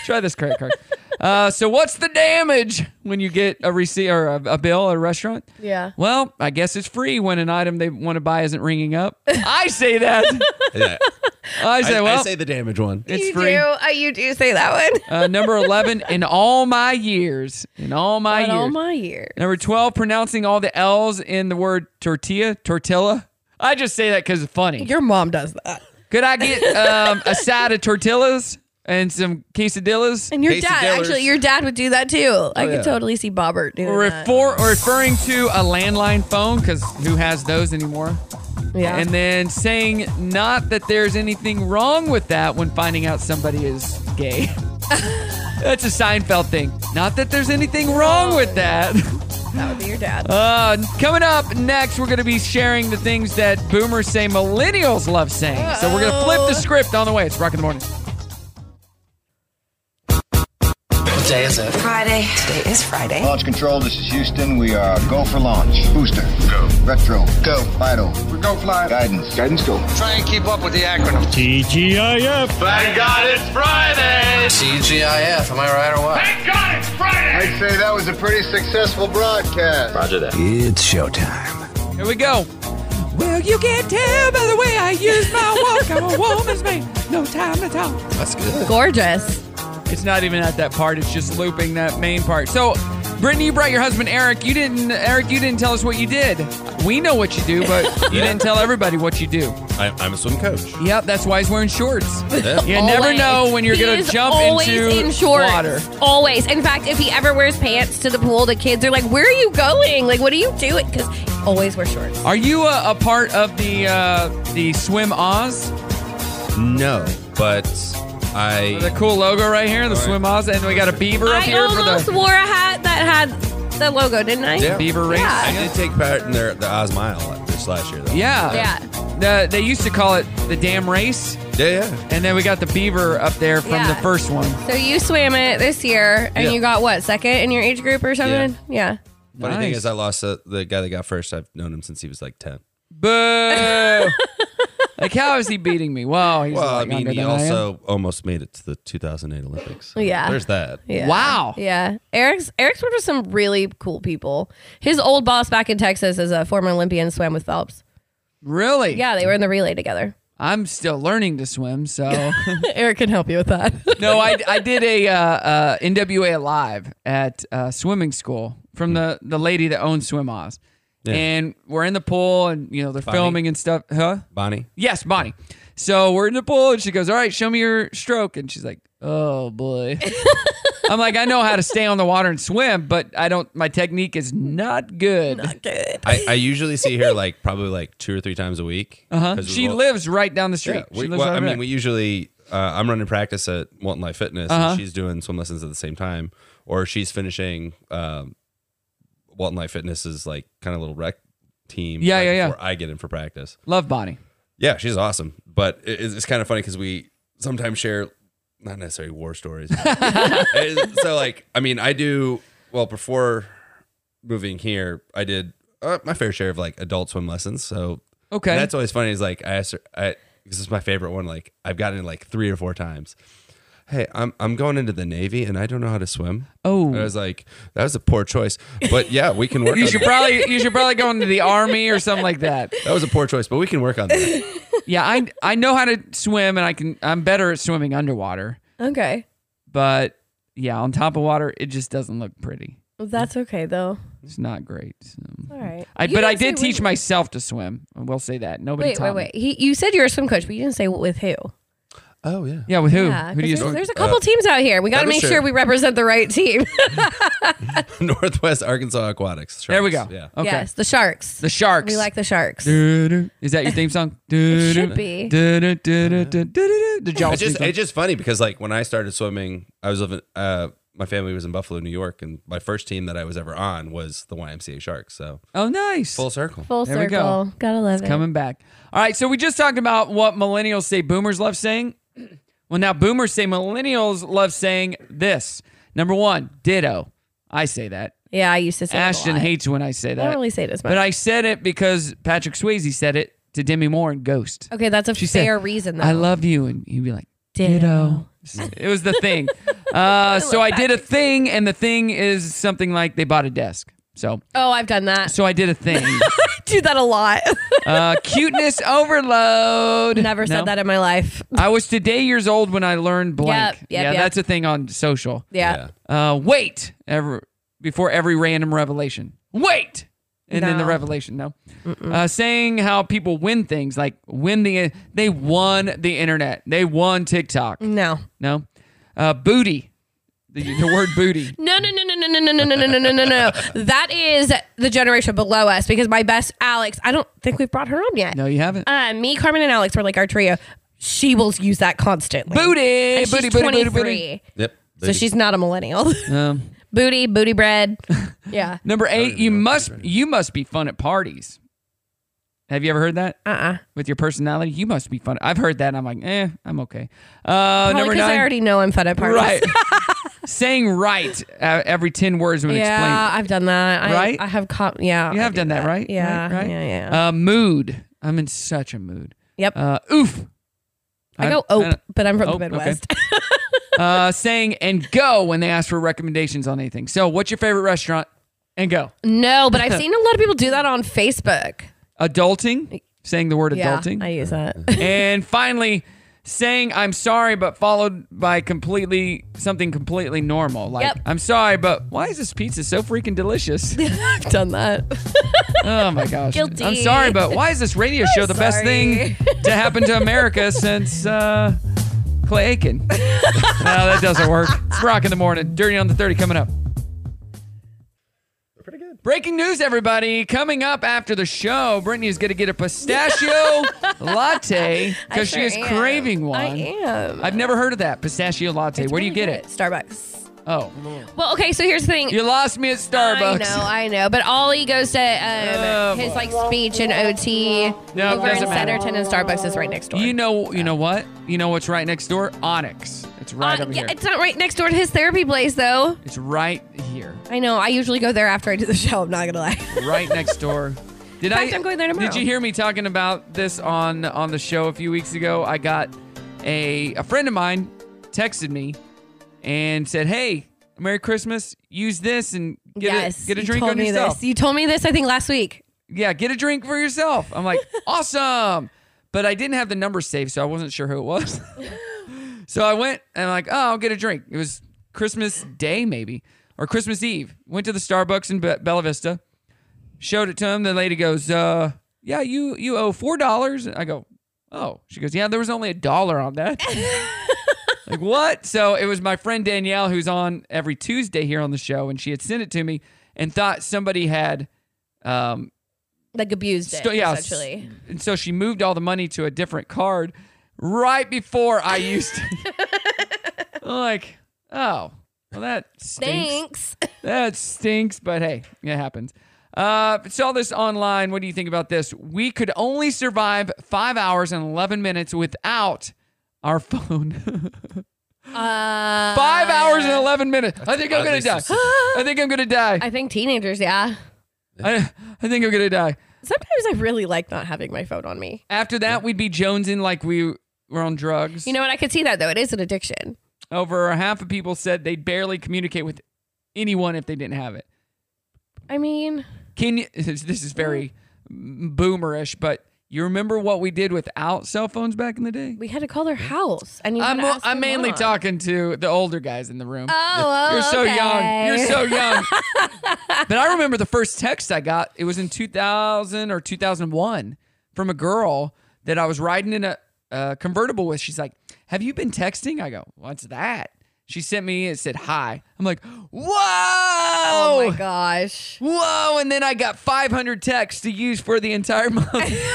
Speaker 1: Try this credit card. Uh, so, what's the damage when you get a receipt or a, a bill at a restaurant?
Speaker 6: Yeah.
Speaker 1: Well, I guess it's free when an item they want to buy isn't ringing up. I say that.
Speaker 7: Yeah.
Speaker 1: I say, well,
Speaker 7: I say the damage one.
Speaker 1: it's
Speaker 6: you
Speaker 1: free.
Speaker 6: do. Oh, you do say that one.
Speaker 1: Uh, number 11, in all my years. In all my
Speaker 6: In
Speaker 1: years.
Speaker 6: all my years.
Speaker 1: Number 12, pronouncing all the L's in the word tortilla, tortilla. I just say that because it's funny.
Speaker 6: Your mom does that.
Speaker 1: Could I get um, a side of tortillas and some quesadillas?
Speaker 6: And your dad, actually, your dad would do that too. I could
Speaker 1: Oh, yeah.
Speaker 6: totally see Bobbert doing that.
Speaker 1: Refer- referring to a landline phone because who has those anymore?
Speaker 6: Yeah.
Speaker 1: And then saying not that there's anything wrong with that when finding out somebody is gay. That's a Seinfeld thing. Not that there's anything wrong with that.
Speaker 6: That would be your dad.
Speaker 1: Uh, coming up next, we're going to be sharing the things that boomers say millennials love saying. So we're going to flip the script on the way. It's Rock in the Morning.
Speaker 2: What day is it?
Speaker 19: Friday.
Speaker 2: Today is Friday.
Speaker 20: Launch control, this is Houston. We are go for launch. Booster. Go. Retro. Go. Vital. We're go fly. Guidance. Guidance go.
Speaker 2: Try and keep up with the acronym.
Speaker 20: TGIF.
Speaker 2: Thank God it's Friday! TGIF, am I right or what? Thank God it's Friday!
Speaker 20: I'd say that was a pretty successful broadcast.
Speaker 2: Roger that. It's showtime.
Speaker 1: Here we go. Well, you can tell by the way I use my walk. I'm a woman's man. No time to talk.
Speaker 2: That's good.
Speaker 6: Gorgeous.
Speaker 1: It's not even at that part. It's just looping that main part. So, Brittany, you brought your husband Eric. You didn't, Eric. You didn't tell us what you did. We know what you do, but you
Speaker 7: Yeah.
Speaker 1: didn't tell everybody what you do.
Speaker 7: I, I'm a swim coach.
Speaker 1: Yep, that's why he's wearing shorts.
Speaker 7: Yeah.
Speaker 1: You never
Speaker 6: Always.
Speaker 1: know when you're
Speaker 6: He
Speaker 1: going
Speaker 6: is
Speaker 1: to jump
Speaker 6: always
Speaker 1: into
Speaker 6: in shorts.
Speaker 1: water.
Speaker 6: Always. In fact, if he ever wears pants to the pool, the kids are like, "Where are you going? Like, what are you doing?" Because always wear shorts.
Speaker 1: Are you a, a part of the uh, the Swim Oz?
Speaker 7: No, but I.
Speaker 1: The cool logo right here, the Swim Oz, and we got a beaver up
Speaker 6: I
Speaker 1: here for
Speaker 6: almost
Speaker 1: the.
Speaker 6: wore a hat that had the logo, didn't I?
Speaker 7: I
Speaker 6: Yeah.
Speaker 7: did take part in their the Oz Mile this last year though.
Speaker 1: Yeah.
Speaker 6: Yeah.
Speaker 1: The, they used to call it the damn race.
Speaker 7: Yeah, yeah.
Speaker 1: And then we got the beaver up there from
Speaker 6: Yeah.
Speaker 1: the first one.
Speaker 6: So you swam it this year, and
Speaker 7: Yeah.
Speaker 6: you got what second in your age group or something? Yeah.
Speaker 7: Funny thing
Speaker 1: Nice.
Speaker 7: is, I lost uh, the guy that got first. I've known him since he was like ten.
Speaker 1: Boo! Like, how is he beating me? Wow, he's
Speaker 13: well, I
Speaker 1: like
Speaker 13: mean,
Speaker 1: younger
Speaker 13: he
Speaker 1: than I am.
Speaker 13: also almost made it to the 2008 Olympics. So
Speaker 6: Yeah.
Speaker 13: There's that.
Speaker 6: Yeah. Yeah. Eric's Eric's worked with some really cool people. His old boss back in Texas is a former Olympian, swam with Phelps.
Speaker 1: Really?
Speaker 6: Yeah, they were in the relay together.
Speaker 1: I'm still learning to swim, so
Speaker 6: Eric can help you with that.
Speaker 1: no, I, I did a uh, uh, NWA live at uh, swimming school from the the lady that owns Swim Oz,
Speaker 13: Hmm. Yeah.
Speaker 1: and we're in the pool and you know they're
Speaker 13: Bonnie?
Speaker 1: filming and stuff, huh?
Speaker 13: Bonnie.
Speaker 1: Yes, Bonnie. So we're in the pool and she goes, "All right, show me your stroke," and she's like, "Oh boy." I'm like, I know how to stay on the water and swim, but I don't. My technique is not good. Not
Speaker 6: good.
Speaker 13: I, I usually see her like probably like two or three times a week.
Speaker 1: Uh huh.
Speaker 13: 'cause we
Speaker 1: She
Speaker 13: both-
Speaker 1: lives right down the street.
Speaker 13: Yeah, we-
Speaker 1: she lives
Speaker 13: well,
Speaker 1: right
Speaker 13: I
Speaker 1: over
Speaker 13: mean,
Speaker 1: there.
Speaker 13: we usually uh, I'm running practice at Walton Life Fitness,
Speaker 1: Uh-huh.
Speaker 13: and she's doing swim lessons at the same time, or she's finishing um, Walton Life Fitness's like kind of little rec team.
Speaker 1: Yeah,
Speaker 13: right
Speaker 1: yeah, yeah.
Speaker 13: Before I get in for practice.
Speaker 1: love Bonnie.
Speaker 13: Yeah, she's awesome, but it, it's kind of funny because we sometimes share not necessarily war stories. And so, like, I mean, I do well before moving here. I did uh, my fair share of like adult swim lessons. So
Speaker 1: Okay.
Speaker 13: and that's always funny. Is like I asked her, I this is my favorite one. Like I've gotten it like three or four times. Hey, I'm I'm going into the Navy and I don't know how to swim.
Speaker 1: Oh.
Speaker 13: And I was like, that was a poor choice, but yeah, we can work.
Speaker 1: You
Speaker 13: on
Speaker 1: should
Speaker 13: that.
Speaker 1: probably you should probably go into the army or something like that.
Speaker 13: That was a poor choice, but we can work on that.
Speaker 1: Yeah, I I know how to swim and I can I'm better at swimming underwater.
Speaker 6: Okay.
Speaker 1: But yeah, on top of water, it just doesn't look pretty.
Speaker 6: Well, that's okay though.
Speaker 1: It's not great. so.
Speaker 6: All right.
Speaker 1: I,
Speaker 6: You
Speaker 1: but I
Speaker 6: didn't say
Speaker 1: did teach
Speaker 6: when-
Speaker 1: myself to swim. I will say that. Nobody
Speaker 6: Wait,
Speaker 1: taught
Speaker 6: wait,
Speaker 1: me.
Speaker 6: wait. He, you said you're a swim coach, but you didn't say with who.
Speaker 13: Oh yeah.
Speaker 1: Yeah, with who?
Speaker 6: Yeah,
Speaker 1: who do
Speaker 6: 'cause
Speaker 1: you Uh,
Speaker 6: there's, there's a couple teams out here. We got to
Speaker 13: Nova
Speaker 6: make sure
Speaker 13: Sure.
Speaker 6: we represent the right team.
Speaker 13: Northwest Arkansas Aquatics.
Speaker 1: There we go.
Speaker 13: Sharks, Yeah.
Speaker 1: Okay.
Speaker 6: Yes, the Sharks.
Speaker 1: The Sharks.
Speaker 6: We like the Sharks.
Speaker 1: Doo-doo. Is that your theme song? It
Speaker 6: should be.
Speaker 1: The Jaws
Speaker 13: It's just
Speaker 1: theme
Speaker 13: it's just funny because like when I started swimming, I was living. Uh, my family was in Buffalo, New York, and my first team that I was ever on was the YMCA Sharks. So
Speaker 1: song. Oh, nice.
Speaker 13: full circle.
Speaker 6: Full
Speaker 1: There we
Speaker 6: circle.
Speaker 1: go.
Speaker 6: Gotta love
Speaker 1: It's
Speaker 6: it.
Speaker 1: coming back. All right, so we just talked about what millennials say boomers love saying. Well, now boomers say millennials love saying this. Number one, ditto. I say that.
Speaker 6: Yeah, I used to say. it a
Speaker 1: Ashton
Speaker 6: lot.
Speaker 1: hates when I say that.
Speaker 6: I don't really say it as
Speaker 1: But
Speaker 6: much.
Speaker 1: I said it because Patrick Swayze said it to Demi Moore in Ghost.
Speaker 6: Okay, that's a
Speaker 1: She said,
Speaker 6: fair reason. Though.
Speaker 1: I love you. And he'd be like, ditto. It was the thing. Uh, so I did a thing, and the thing is something like they bought a desk. So,
Speaker 6: Oh, I've done that.
Speaker 1: so I did a thing.
Speaker 6: I do that a lot.
Speaker 1: Uh, cuteness overload.
Speaker 6: Never said
Speaker 1: No?
Speaker 6: that in my life.
Speaker 1: I was today years old when I learned blank.
Speaker 6: Yep, yep,
Speaker 1: yeah,
Speaker 6: yep.
Speaker 1: that's a thing on social.
Speaker 6: Yeah.
Speaker 1: Uh, wait ever before every random revelation. Wait, and then the
Speaker 6: No.
Speaker 1: revelation. No, uh, saying how people win things like win the they won the internet. They won TikTok.
Speaker 6: No.
Speaker 1: No, uh, booty. The, the word booty.
Speaker 6: No, no, no, no, no, no, no, no, no, no, no, no, no. That is the generation below us because my best Alex, I don't think we've brought her on yet.
Speaker 1: No, you haven't.
Speaker 6: Uh, me, Carmen, and Alex were like our trio. She will use that constantly.
Speaker 1: Booty,
Speaker 6: And
Speaker 1: booty,
Speaker 6: she's
Speaker 1: booty, booty, booty.
Speaker 6: 23,
Speaker 13: Yep.
Speaker 6: So she's not a millennial.
Speaker 1: Um,
Speaker 6: booty, booty bread. Yeah.
Speaker 1: Number eight, you must you must be fun at parties. Have you ever heard that?
Speaker 6: Uh uh
Speaker 1: With your personality, you must be fun. I've heard that. and I'm like, eh, I'm okay. Uh,
Speaker 6: Probably
Speaker 1: number
Speaker 6: because
Speaker 1: nine,
Speaker 6: I already know I'm fed at parties.
Speaker 1: right? Saying right uh, every ten words when
Speaker 6: Yeah, I've done that. I,
Speaker 1: Right?
Speaker 6: I have. Com- yeah.
Speaker 1: explained. You
Speaker 6: I
Speaker 1: have
Speaker 6: do
Speaker 1: done that, right?
Speaker 6: Yeah.
Speaker 1: Right, right?
Speaker 6: Yeah. Yeah.
Speaker 1: Uh, mood. I'm in such a mood.
Speaker 6: Yep.
Speaker 1: Uh, oof.
Speaker 6: I go
Speaker 1: I'm-
Speaker 6: ope, but I'm from
Speaker 1: ope,
Speaker 6: the
Speaker 1: okay.
Speaker 6: Midwest.
Speaker 1: uh, saying and go when they ask for recommendations on anything. So, what's your favorite restaurant? And go.
Speaker 6: No, but I've seen a lot of people do that on Facebook.
Speaker 1: Adulting. Saying the word
Speaker 6: Yeah,
Speaker 1: adulting.
Speaker 6: I use that.
Speaker 1: and finally saying i'm sorry but followed by completely something completely normal like
Speaker 6: Yep.
Speaker 1: i'm sorry but why is this pizza so freaking delicious
Speaker 6: I've done that.
Speaker 1: oh my gosh
Speaker 6: Guilty.
Speaker 1: i'm sorry but why is this radio show the best thing to happen to america since uh clay aiken no that doesn't work it's rock in the morning dirty on the 30 coming up Breaking news, everybody. Coming up after the show, Brittany is going to get a pistachio latte
Speaker 6: I
Speaker 1: because
Speaker 6: sure
Speaker 1: she is
Speaker 6: am.
Speaker 1: craving one.
Speaker 6: I am.
Speaker 1: I've never heard of that pistachio latte. Where do you get it?
Speaker 6: Starbucks.
Speaker 1: Oh,
Speaker 6: Well, okay, so here's the thing.
Speaker 1: you lost me at
Speaker 6: I
Speaker 1: Starbucks. Oh.
Speaker 6: know, I know. But Ollie goes to um, his like speech and
Speaker 1: No,
Speaker 6: OT
Speaker 1: it
Speaker 6: over in
Speaker 1: doesn't matter.
Speaker 6: Centerton, and Starbucks is right next door.
Speaker 1: You know, you know what? You know what's right next door? Onyx. It's right over
Speaker 6: Uh, yeah,
Speaker 1: here.
Speaker 6: it's not right next door to his therapy place though.
Speaker 1: It's right here,
Speaker 6: I know. I usually go there after I do the show. I'm not gonna lie.
Speaker 1: right next door. Did
Speaker 6: In fact,
Speaker 1: I?
Speaker 6: I'm going there tomorrow.
Speaker 1: Did you hear me talking about this on on the show a few weeks ago? I got a a friend of mine texted me and said, "Hey, Merry Christmas. Use this and get
Speaker 6: yes,
Speaker 1: a, get a
Speaker 6: you
Speaker 1: drink
Speaker 6: told
Speaker 1: on
Speaker 6: me
Speaker 1: yourself.
Speaker 6: This. You told me this, I think, last week.
Speaker 1: Yeah, get a drink for yourself." I'm like, "Awesome," but I didn't have the number saved, so I wasn't sure who it was. so I went and I'm like, "Oh, I'll get a drink." It was Christmas Day, maybe or Christmas Eve. Went to the Starbucks in Be- Bella Vista showed it to him. The lady goes, uh, "Yeah, you you owe four dollars." I go, "Oh." She goes, "Yeah, there was only a dollar on that." like what? So it was my friend Danielle who's on every Tuesday here on the show, and she had sent it to me and thought somebody had, um,
Speaker 6: Like abused it,
Speaker 1: sto- yeah, s-
Speaker 6: essentially.
Speaker 1: and so she moved all the money to a different card right before I used it. I'm like, oh, well that stinks
Speaker 6: Thanks.
Speaker 1: that stinks, but hey, it happens. Uh, saw this online. What do you think about this? We could only survive five hours and 11 minutes without our phone.
Speaker 6: Uh,
Speaker 1: five hours and 11 minutes. I think I'm going to die. I think I'm going to die.
Speaker 6: I think teenagers, yeah.
Speaker 1: I, I think I'm going to die.
Speaker 6: Sometimes I really like not having my phone on me.
Speaker 1: After that, we'd be jonesing like we were on drugs.
Speaker 6: You know what? I could see that though. It is an addiction.
Speaker 1: Over half of people said they'd barely communicate with anyone if they didn't have it.
Speaker 6: I mean,
Speaker 1: Can you, this is very boomerish, but you remember what we did without cell phones back in the day?
Speaker 6: we had to call their house, and you. had
Speaker 1: I'm,
Speaker 6: to ask
Speaker 1: I'm
Speaker 6: their
Speaker 1: mainly
Speaker 6: mom.
Speaker 1: talking to the older guys in the room.
Speaker 6: Oh,
Speaker 1: you're so young.
Speaker 6: okay.
Speaker 1: You're so young. but I remember the first text I got. It was in 2000 or 2001 from a girl that I was riding in a, a convertible with. She's like, "Have you been texting?" I go, "What's that?" She sent me. It said, "Hi." I'm like, "Whoa!" Oh
Speaker 6: my gosh!
Speaker 1: Whoa! And then I got 500 texts to use for the entire month,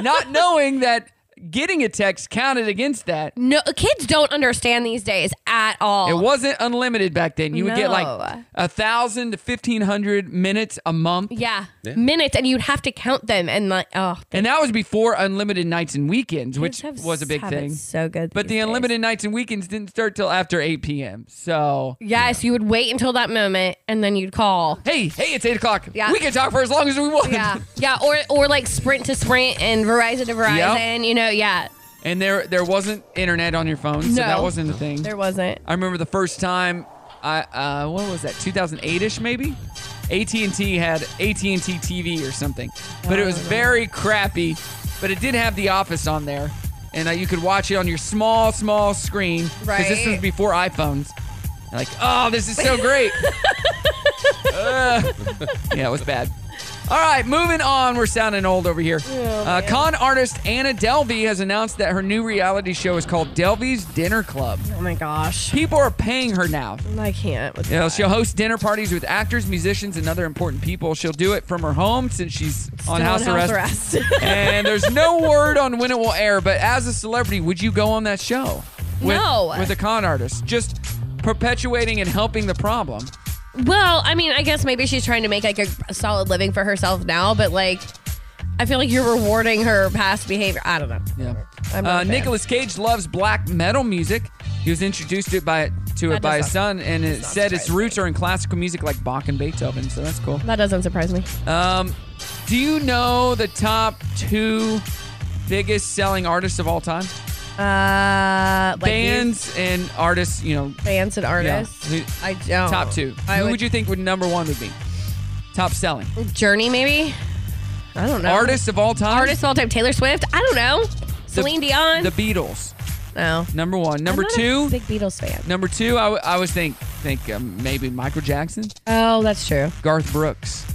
Speaker 1: not knowing that getting a text counted against that.
Speaker 6: No, kids don't understand these days at all.
Speaker 1: It wasn't unlimited back then. You would get like
Speaker 6: No.
Speaker 1: a thousand to fifteen hundred minutes a month.
Speaker 6: Yeah.
Speaker 1: Yeah.
Speaker 6: minutes, and you'd have to count them, and like, oh,
Speaker 1: And that was before unlimited nights and weekends, which
Speaker 6: Kids have
Speaker 1: was a big
Speaker 6: habits
Speaker 1: thing.
Speaker 6: So good.
Speaker 1: But the unlimited nights and weekends didn't start till after eight PM. So
Speaker 6: yes, you would wait until that moment, and then you'd call.
Speaker 1: Hey, hey, it's eight o'clock.
Speaker 6: Yeah.
Speaker 1: We can talk for as long as we want.
Speaker 6: Yeah, yeah, or or like Sprint to Sprint and Verizon to Verizon. You know, yeah.
Speaker 1: And there there wasn't internet on your phone, so that
Speaker 6: No.
Speaker 1: wasn't a thing.
Speaker 6: There wasn't.
Speaker 1: I remember the first time I uh, what was that 2008 ish maybe AT and T had AT and T TV or something, but it was very crappy. But it did have The Office on there, and uh, you could watch it on your small small screen this was
Speaker 6: Right.
Speaker 1: before iPhones. And like, oh, this is so great. Uh, yeah, it was bad. All right, moving on. We're sounding old over here. uh, con artist Anna Delvey has announced that her new reality show is called Delvey's Dinner Club.
Speaker 6: Oh my gosh.
Speaker 1: People are paying her now.
Speaker 6: I can't. With
Speaker 1: You know, she'll host dinner parties with actors, musicians, and other important people. She'll do it from her home since she's on
Speaker 6: on
Speaker 1: house,
Speaker 6: house
Speaker 1: arrest.
Speaker 6: arrest.
Speaker 1: and there's no word on when it will air, but as a celebrity, would you go on that show? With,
Speaker 6: No.
Speaker 1: With a con artist. Just perpetuating and helping the problem.
Speaker 6: Well, I mean, I guess maybe she's trying to make like a, a solid living for herself now, but like, I feel like you're rewarding her past behavior. I don't know.
Speaker 1: Yeah.
Speaker 6: I'm not
Speaker 1: Uh,
Speaker 6: a fan.
Speaker 1: Nicholas Cage loves black metal music. He was introduced to it by to it
Speaker 6: That
Speaker 1: by
Speaker 6: does
Speaker 1: his son,
Speaker 6: not-
Speaker 1: and it
Speaker 6: does not
Speaker 1: said its
Speaker 6: surprise
Speaker 1: roots are in classical music like Bach and Beethoven. So that's cool.
Speaker 6: That doesn't surprise me.
Speaker 1: Um, do you know the top two biggest selling artists of all time?
Speaker 6: Uh, like
Speaker 1: Bands and artists, you know.
Speaker 6: these bands and
Speaker 1: yeah.
Speaker 6: artists.
Speaker 1: Who-
Speaker 6: I don't.
Speaker 1: Top two.
Speaker 6: I
Speaker 1: Who
Speaker 6: would-
Speaker 1: would you think would number one would be? Top selling.
Speaker 6: Journey, maybe. I don't know.
Speaker 1: Artists of all time.
Speaker 6: Artists of all time. Taylor Swift. I don't know. Celine
Speaker 1: the,
Speaker 6: Dion.
Speaker 1: The Beatles.
Speaker 6: No.
Speaker 1: Number one. Number
Speaker 6: I'm not
Speaker 1: two.
Speaker 6: A big Beatles fan.
Speaker 1: Number two, I, w- I was think think um, maybe Michael Jackson.
Speaker 6: Oh, that's true.
Speaker 1: Garth Brooks.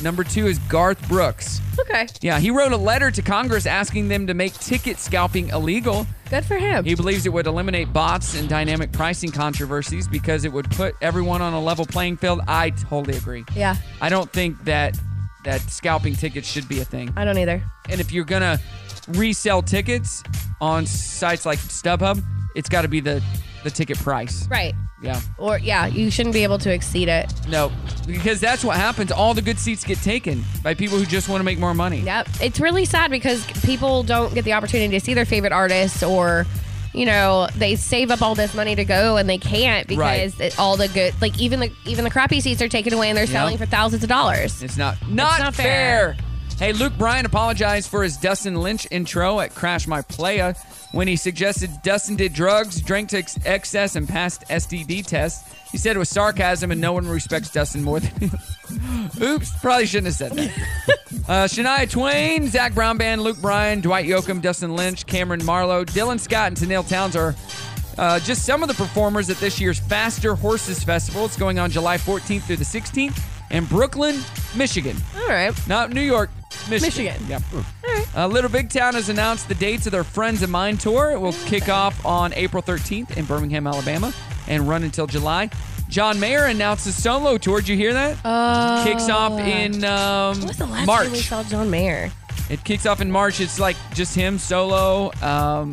Speaker 1: Number two is Garth Brooks.
Speaker 6: Okay.
Speaker 1: Yeah, he wrote a letter to Congress asking them to make ticket scalping illegal.
Speaker 6: Good for him.
Speaker 1: He believes it would eliminate bots and dynamic pricing controversies because it would put everyone on a level playing field. I totally agree.
Speaker 6: Yeah.
Speaker 1: I don't think that that scalping tickets should be a thing.
Speaker 6: I don't either.
Speaker 1: And if you're gonna resell tickets on sites like StubHub, it's got to be the the ticket price.
Speaker 6: Right.
Speaker 1: Yeah.
Speaker 6: Or yeah, you shouldn't be able to exceed it.
Speaker 1: No, because that's what happens. All the good seats get taken by people who just want to make more money.
Speaker 6: Yep. It's really sad because people don't get the opportunity to see their favorite artists or you know, they save up all this money to go and they can't because
Speaker 1: Right.
Speaker 6: it, all the good like even the even the crappy seats are taken away and they're
Speaker 1: Yep.
Speaker 6: selling for thousands of dollars.
Speaker 1: It's not not, fair. Hey, Luke Bryan apologized for his Dustin Lynch intro at Crash My Playa when he suggested Dustin did drugs, drank to ex- excess, and passed STD tests. He said it was sarcasm, and no one respects Dustin more than him. Oops, probably shouldn't have said that. Uh, Shania Twain, Zach Brown Band, Luke Bryan, Dwight Yoakam, Dustin Lynch, Cameron Marlowe, Dylan Scott, and Tennille Towns are uh, just some of the performers at this year's Faster Horses Festival. It's going on July 14th through the 16th in Brooklyn, Michigan.
Speaker 6: All right.
Speaker 1: Not New York, Michigan.
Speaker 6: Michigan.
Speaker 1: Yep. Uh, Little Big Town has announced the dates of their Friends of Mine tour. It will
Speaker 6: Mm-hmm.
Speaker 1: kick off on April 13th in Birmingham, Alabama, and run until July. John Mayer announced a solo tour. Did you hear that?
Speaker 6: Oh.
Speaker 1: kicks off in um,
Speaker 6: the last
Speaker 1: March.
Speaker 6: time we saw John Mayer.
Speaker 1: It kicks off in March. It's like just him solo. Um,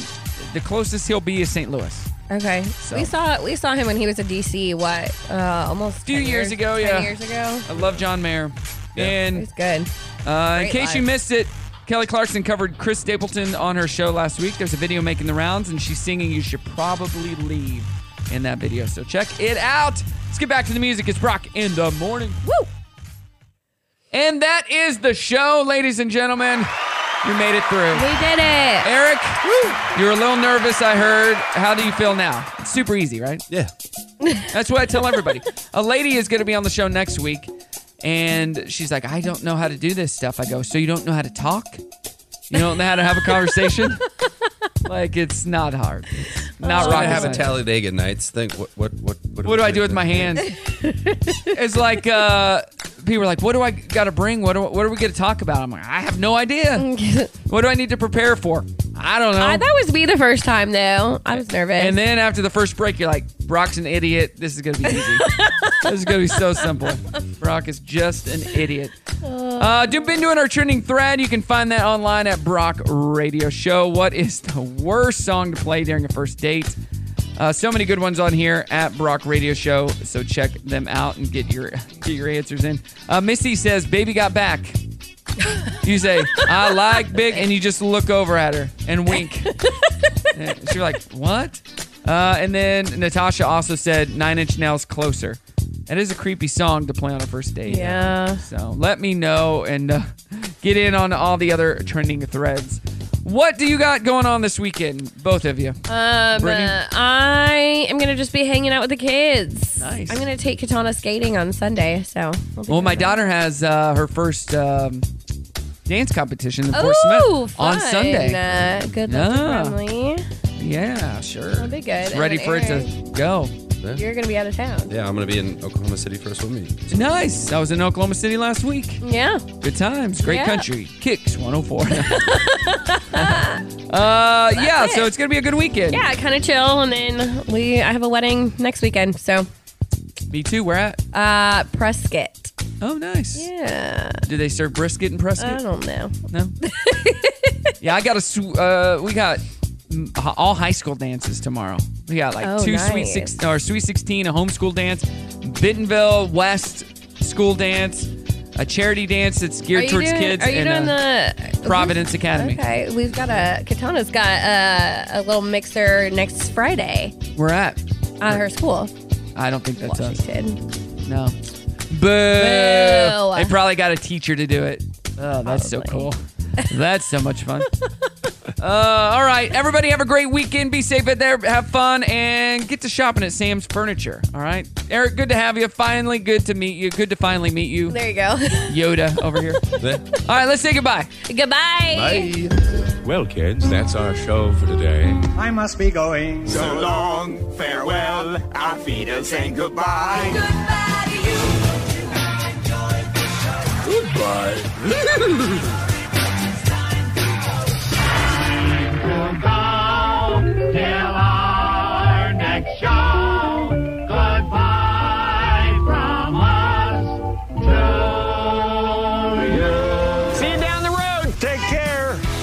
Speaker 1: the closest he'll be is St. Louis.
Speaker 6: Okay.
Speaker 1: So-
Speaker 6: We saw we saw him when he was in DC. What? Uh, almost
Speaker 1: few
Speaker 6: 10
Speaker 1: years ago,
Speaker 6: 10
Speaker 1: yeah.
Speaker 6: years ago.
Speaker 1: I love John Mayer. And
Speaker 6: he's good.
Speaker 1: Uh, in
Speaker 6: Great
Speaker 1: case you
Speaker 6: live.
Speaker 1: missed it, Kelly Clarkson covered Chris Stapleton on her show last week. There's a video making the rounds, and she's singing "You Should Probably Leave" in that video. So check it out. Let's get back to the music. It's Brock in the morning. Woo! And that is the show, ladies and gentlemen. You made it through.
Speaker 6: We did it.
Speaker 1: Eric, you were a little nervous, I heard. How do you feel now? It's super easy, right? Yeah. That's what I tell everybody. a lady is going to be on the show next week, and she's like, I don't know how to do this stuff. I go, So you don't know how to talk? You don't know how to have a conversation? like, it's not hard. It's Not
Speaker 13: Just gonna
Speaker 1: rocket
Speaker 13: have a
Speaker 1: science.
Speaker 13: Talladega nights. Think what what what
Speaker 1: What do I do with my hands? it's like uh, people are like, "What do I got to bring? What do, what are we going to talk about?" I'm like, "I have no idea. what do I need to prepare for? I don't know."
Speaker 6: I, that was me the first time though. I was nervous.
Speaker 1: um, And then after the first break, you're like, Brock's an idiot. This is going to be easy. this is going to be so simple. Brock is just an idiot. Uh, do been doing our trending thread. You can find that online at Brock Radio Show. What is the worst song to play during a first date? Uh, so many good ones on here at Brock Radio Show. So check them out and get your get your answers in. Uh, Missy says, "Baby got back." You say, "I like big," and you just look over at her and wink. And She's like, what? Uh, and then Natasha also said Nine Inch Nails Closer. That is a creepy song to play on a first date.
Speaker 6: Yeah.
Speaker 1: So let me know and uh, get in on all the other trending threads. What do you got going on this weekend, both of you?
Speaker 6: Um,
Speaker 1: Brittany?
Speaker 6: uh, I am gonna just be hanging out with the kids.
Speaker 1: Nice.
Speaker 6: I'm gonna take Katana skating on Sunday, so. we'll be
Speaker 1: Well, my
Speaker 6: doing that.
Speaker 1: daughter has uh, her first um, dance competition in Fort
Speaker 6: Ooh,
Speaker 1: Smith on
Speaker 6: fun.
Speaker 1: Sunday.
Speaker 6: Uh, good luck
Speaker 1: Yeah.
Speaker 6: to Brimley.
Speaker 1: Yeah, sure.
Speaker 6: That'll be good. And
Speaker 1: Ready
Speaker 6: then
Speaker 1: for it to
Speaker 6: Aaron.
Speaker 1: go.
Speaker 6: You're gonna be out of town.
Speaker 13: Yeah, I'm gonna be in Oklahoma City for a swim meet.
Speaker 1: Nice. I was in Oklahoma City last week.
Speaker 6: Yeah.
Speaker 1: Good times, great
Speaker 6: Yeah.
Speaker 1: country. Kicks 104. uh, yeah, so it's going to be a good weekend.
Speaker 6: Yeah, kind of chill, and then we. I have a wedding next weekend, so.
Speaker 1: Me too. We're at.
Speaker 6: Uh, Prescott.
Speaker 1: Oh, nice.
Speaker 6: Yeah.
Speaker 1: Do they serve brisket and prescott?
Speaker 6: I don't know.
Speaker 1: No. yeah, I got a. Sw- uh, we got mm, h- all high school dances tomorrow. We got like
Speaker 6: Oh,
Speaker 1: two sweet
Speaker 6: nice.
Speaker 1: six or sweet sixteen, a homeschool dance, Bentonville West school dance, a charity dance that's
Speaker 6: Are
Speaker 1: geared
Speaker 6: you
Speaker 1: towards
Speaker 6: doing-
Speaker 1: kids.
Speaker 6: Are you
Speaker 1: and
Speaker 6: doing
Speaker 1: uh,
Speaker 6: the
Speaker 1: Providence Academy?
Speaker 6: Okay, we've got a Katana's got uh, a, a little mixer next Friday
Speaker 1: We're at.
Speaker 6: at her school.
Speaker 1: I don't think that's
Speaker 6: Washington.
Speaker 1: us. No. Boo.
Speaker 6: Boo.
Speaker 1: They probably got a teacher to do it. Oh, that's so cool. That's so much fun. uh, all right, everybody, have a great weekend. Be safe out there. Have fun and get to shopping at Sam's Furniture. All right, Eric, good to have you. Finally, good to meet you. Good to finally meet you.
Speaker 6: There you go.
Speaker 1: Yoda over here. all right, let's say goodbye.
Speaker 6: Goodbye.
Speaker 21: Well, kids, that's our show for today.
Speaker 22: I must be going.
Speaker 21: So long, farewell, our feet are saying goodbye. Goodbye.
Speaker 23: Till our next show. Goodbye from us to you. See you down the road. Take care.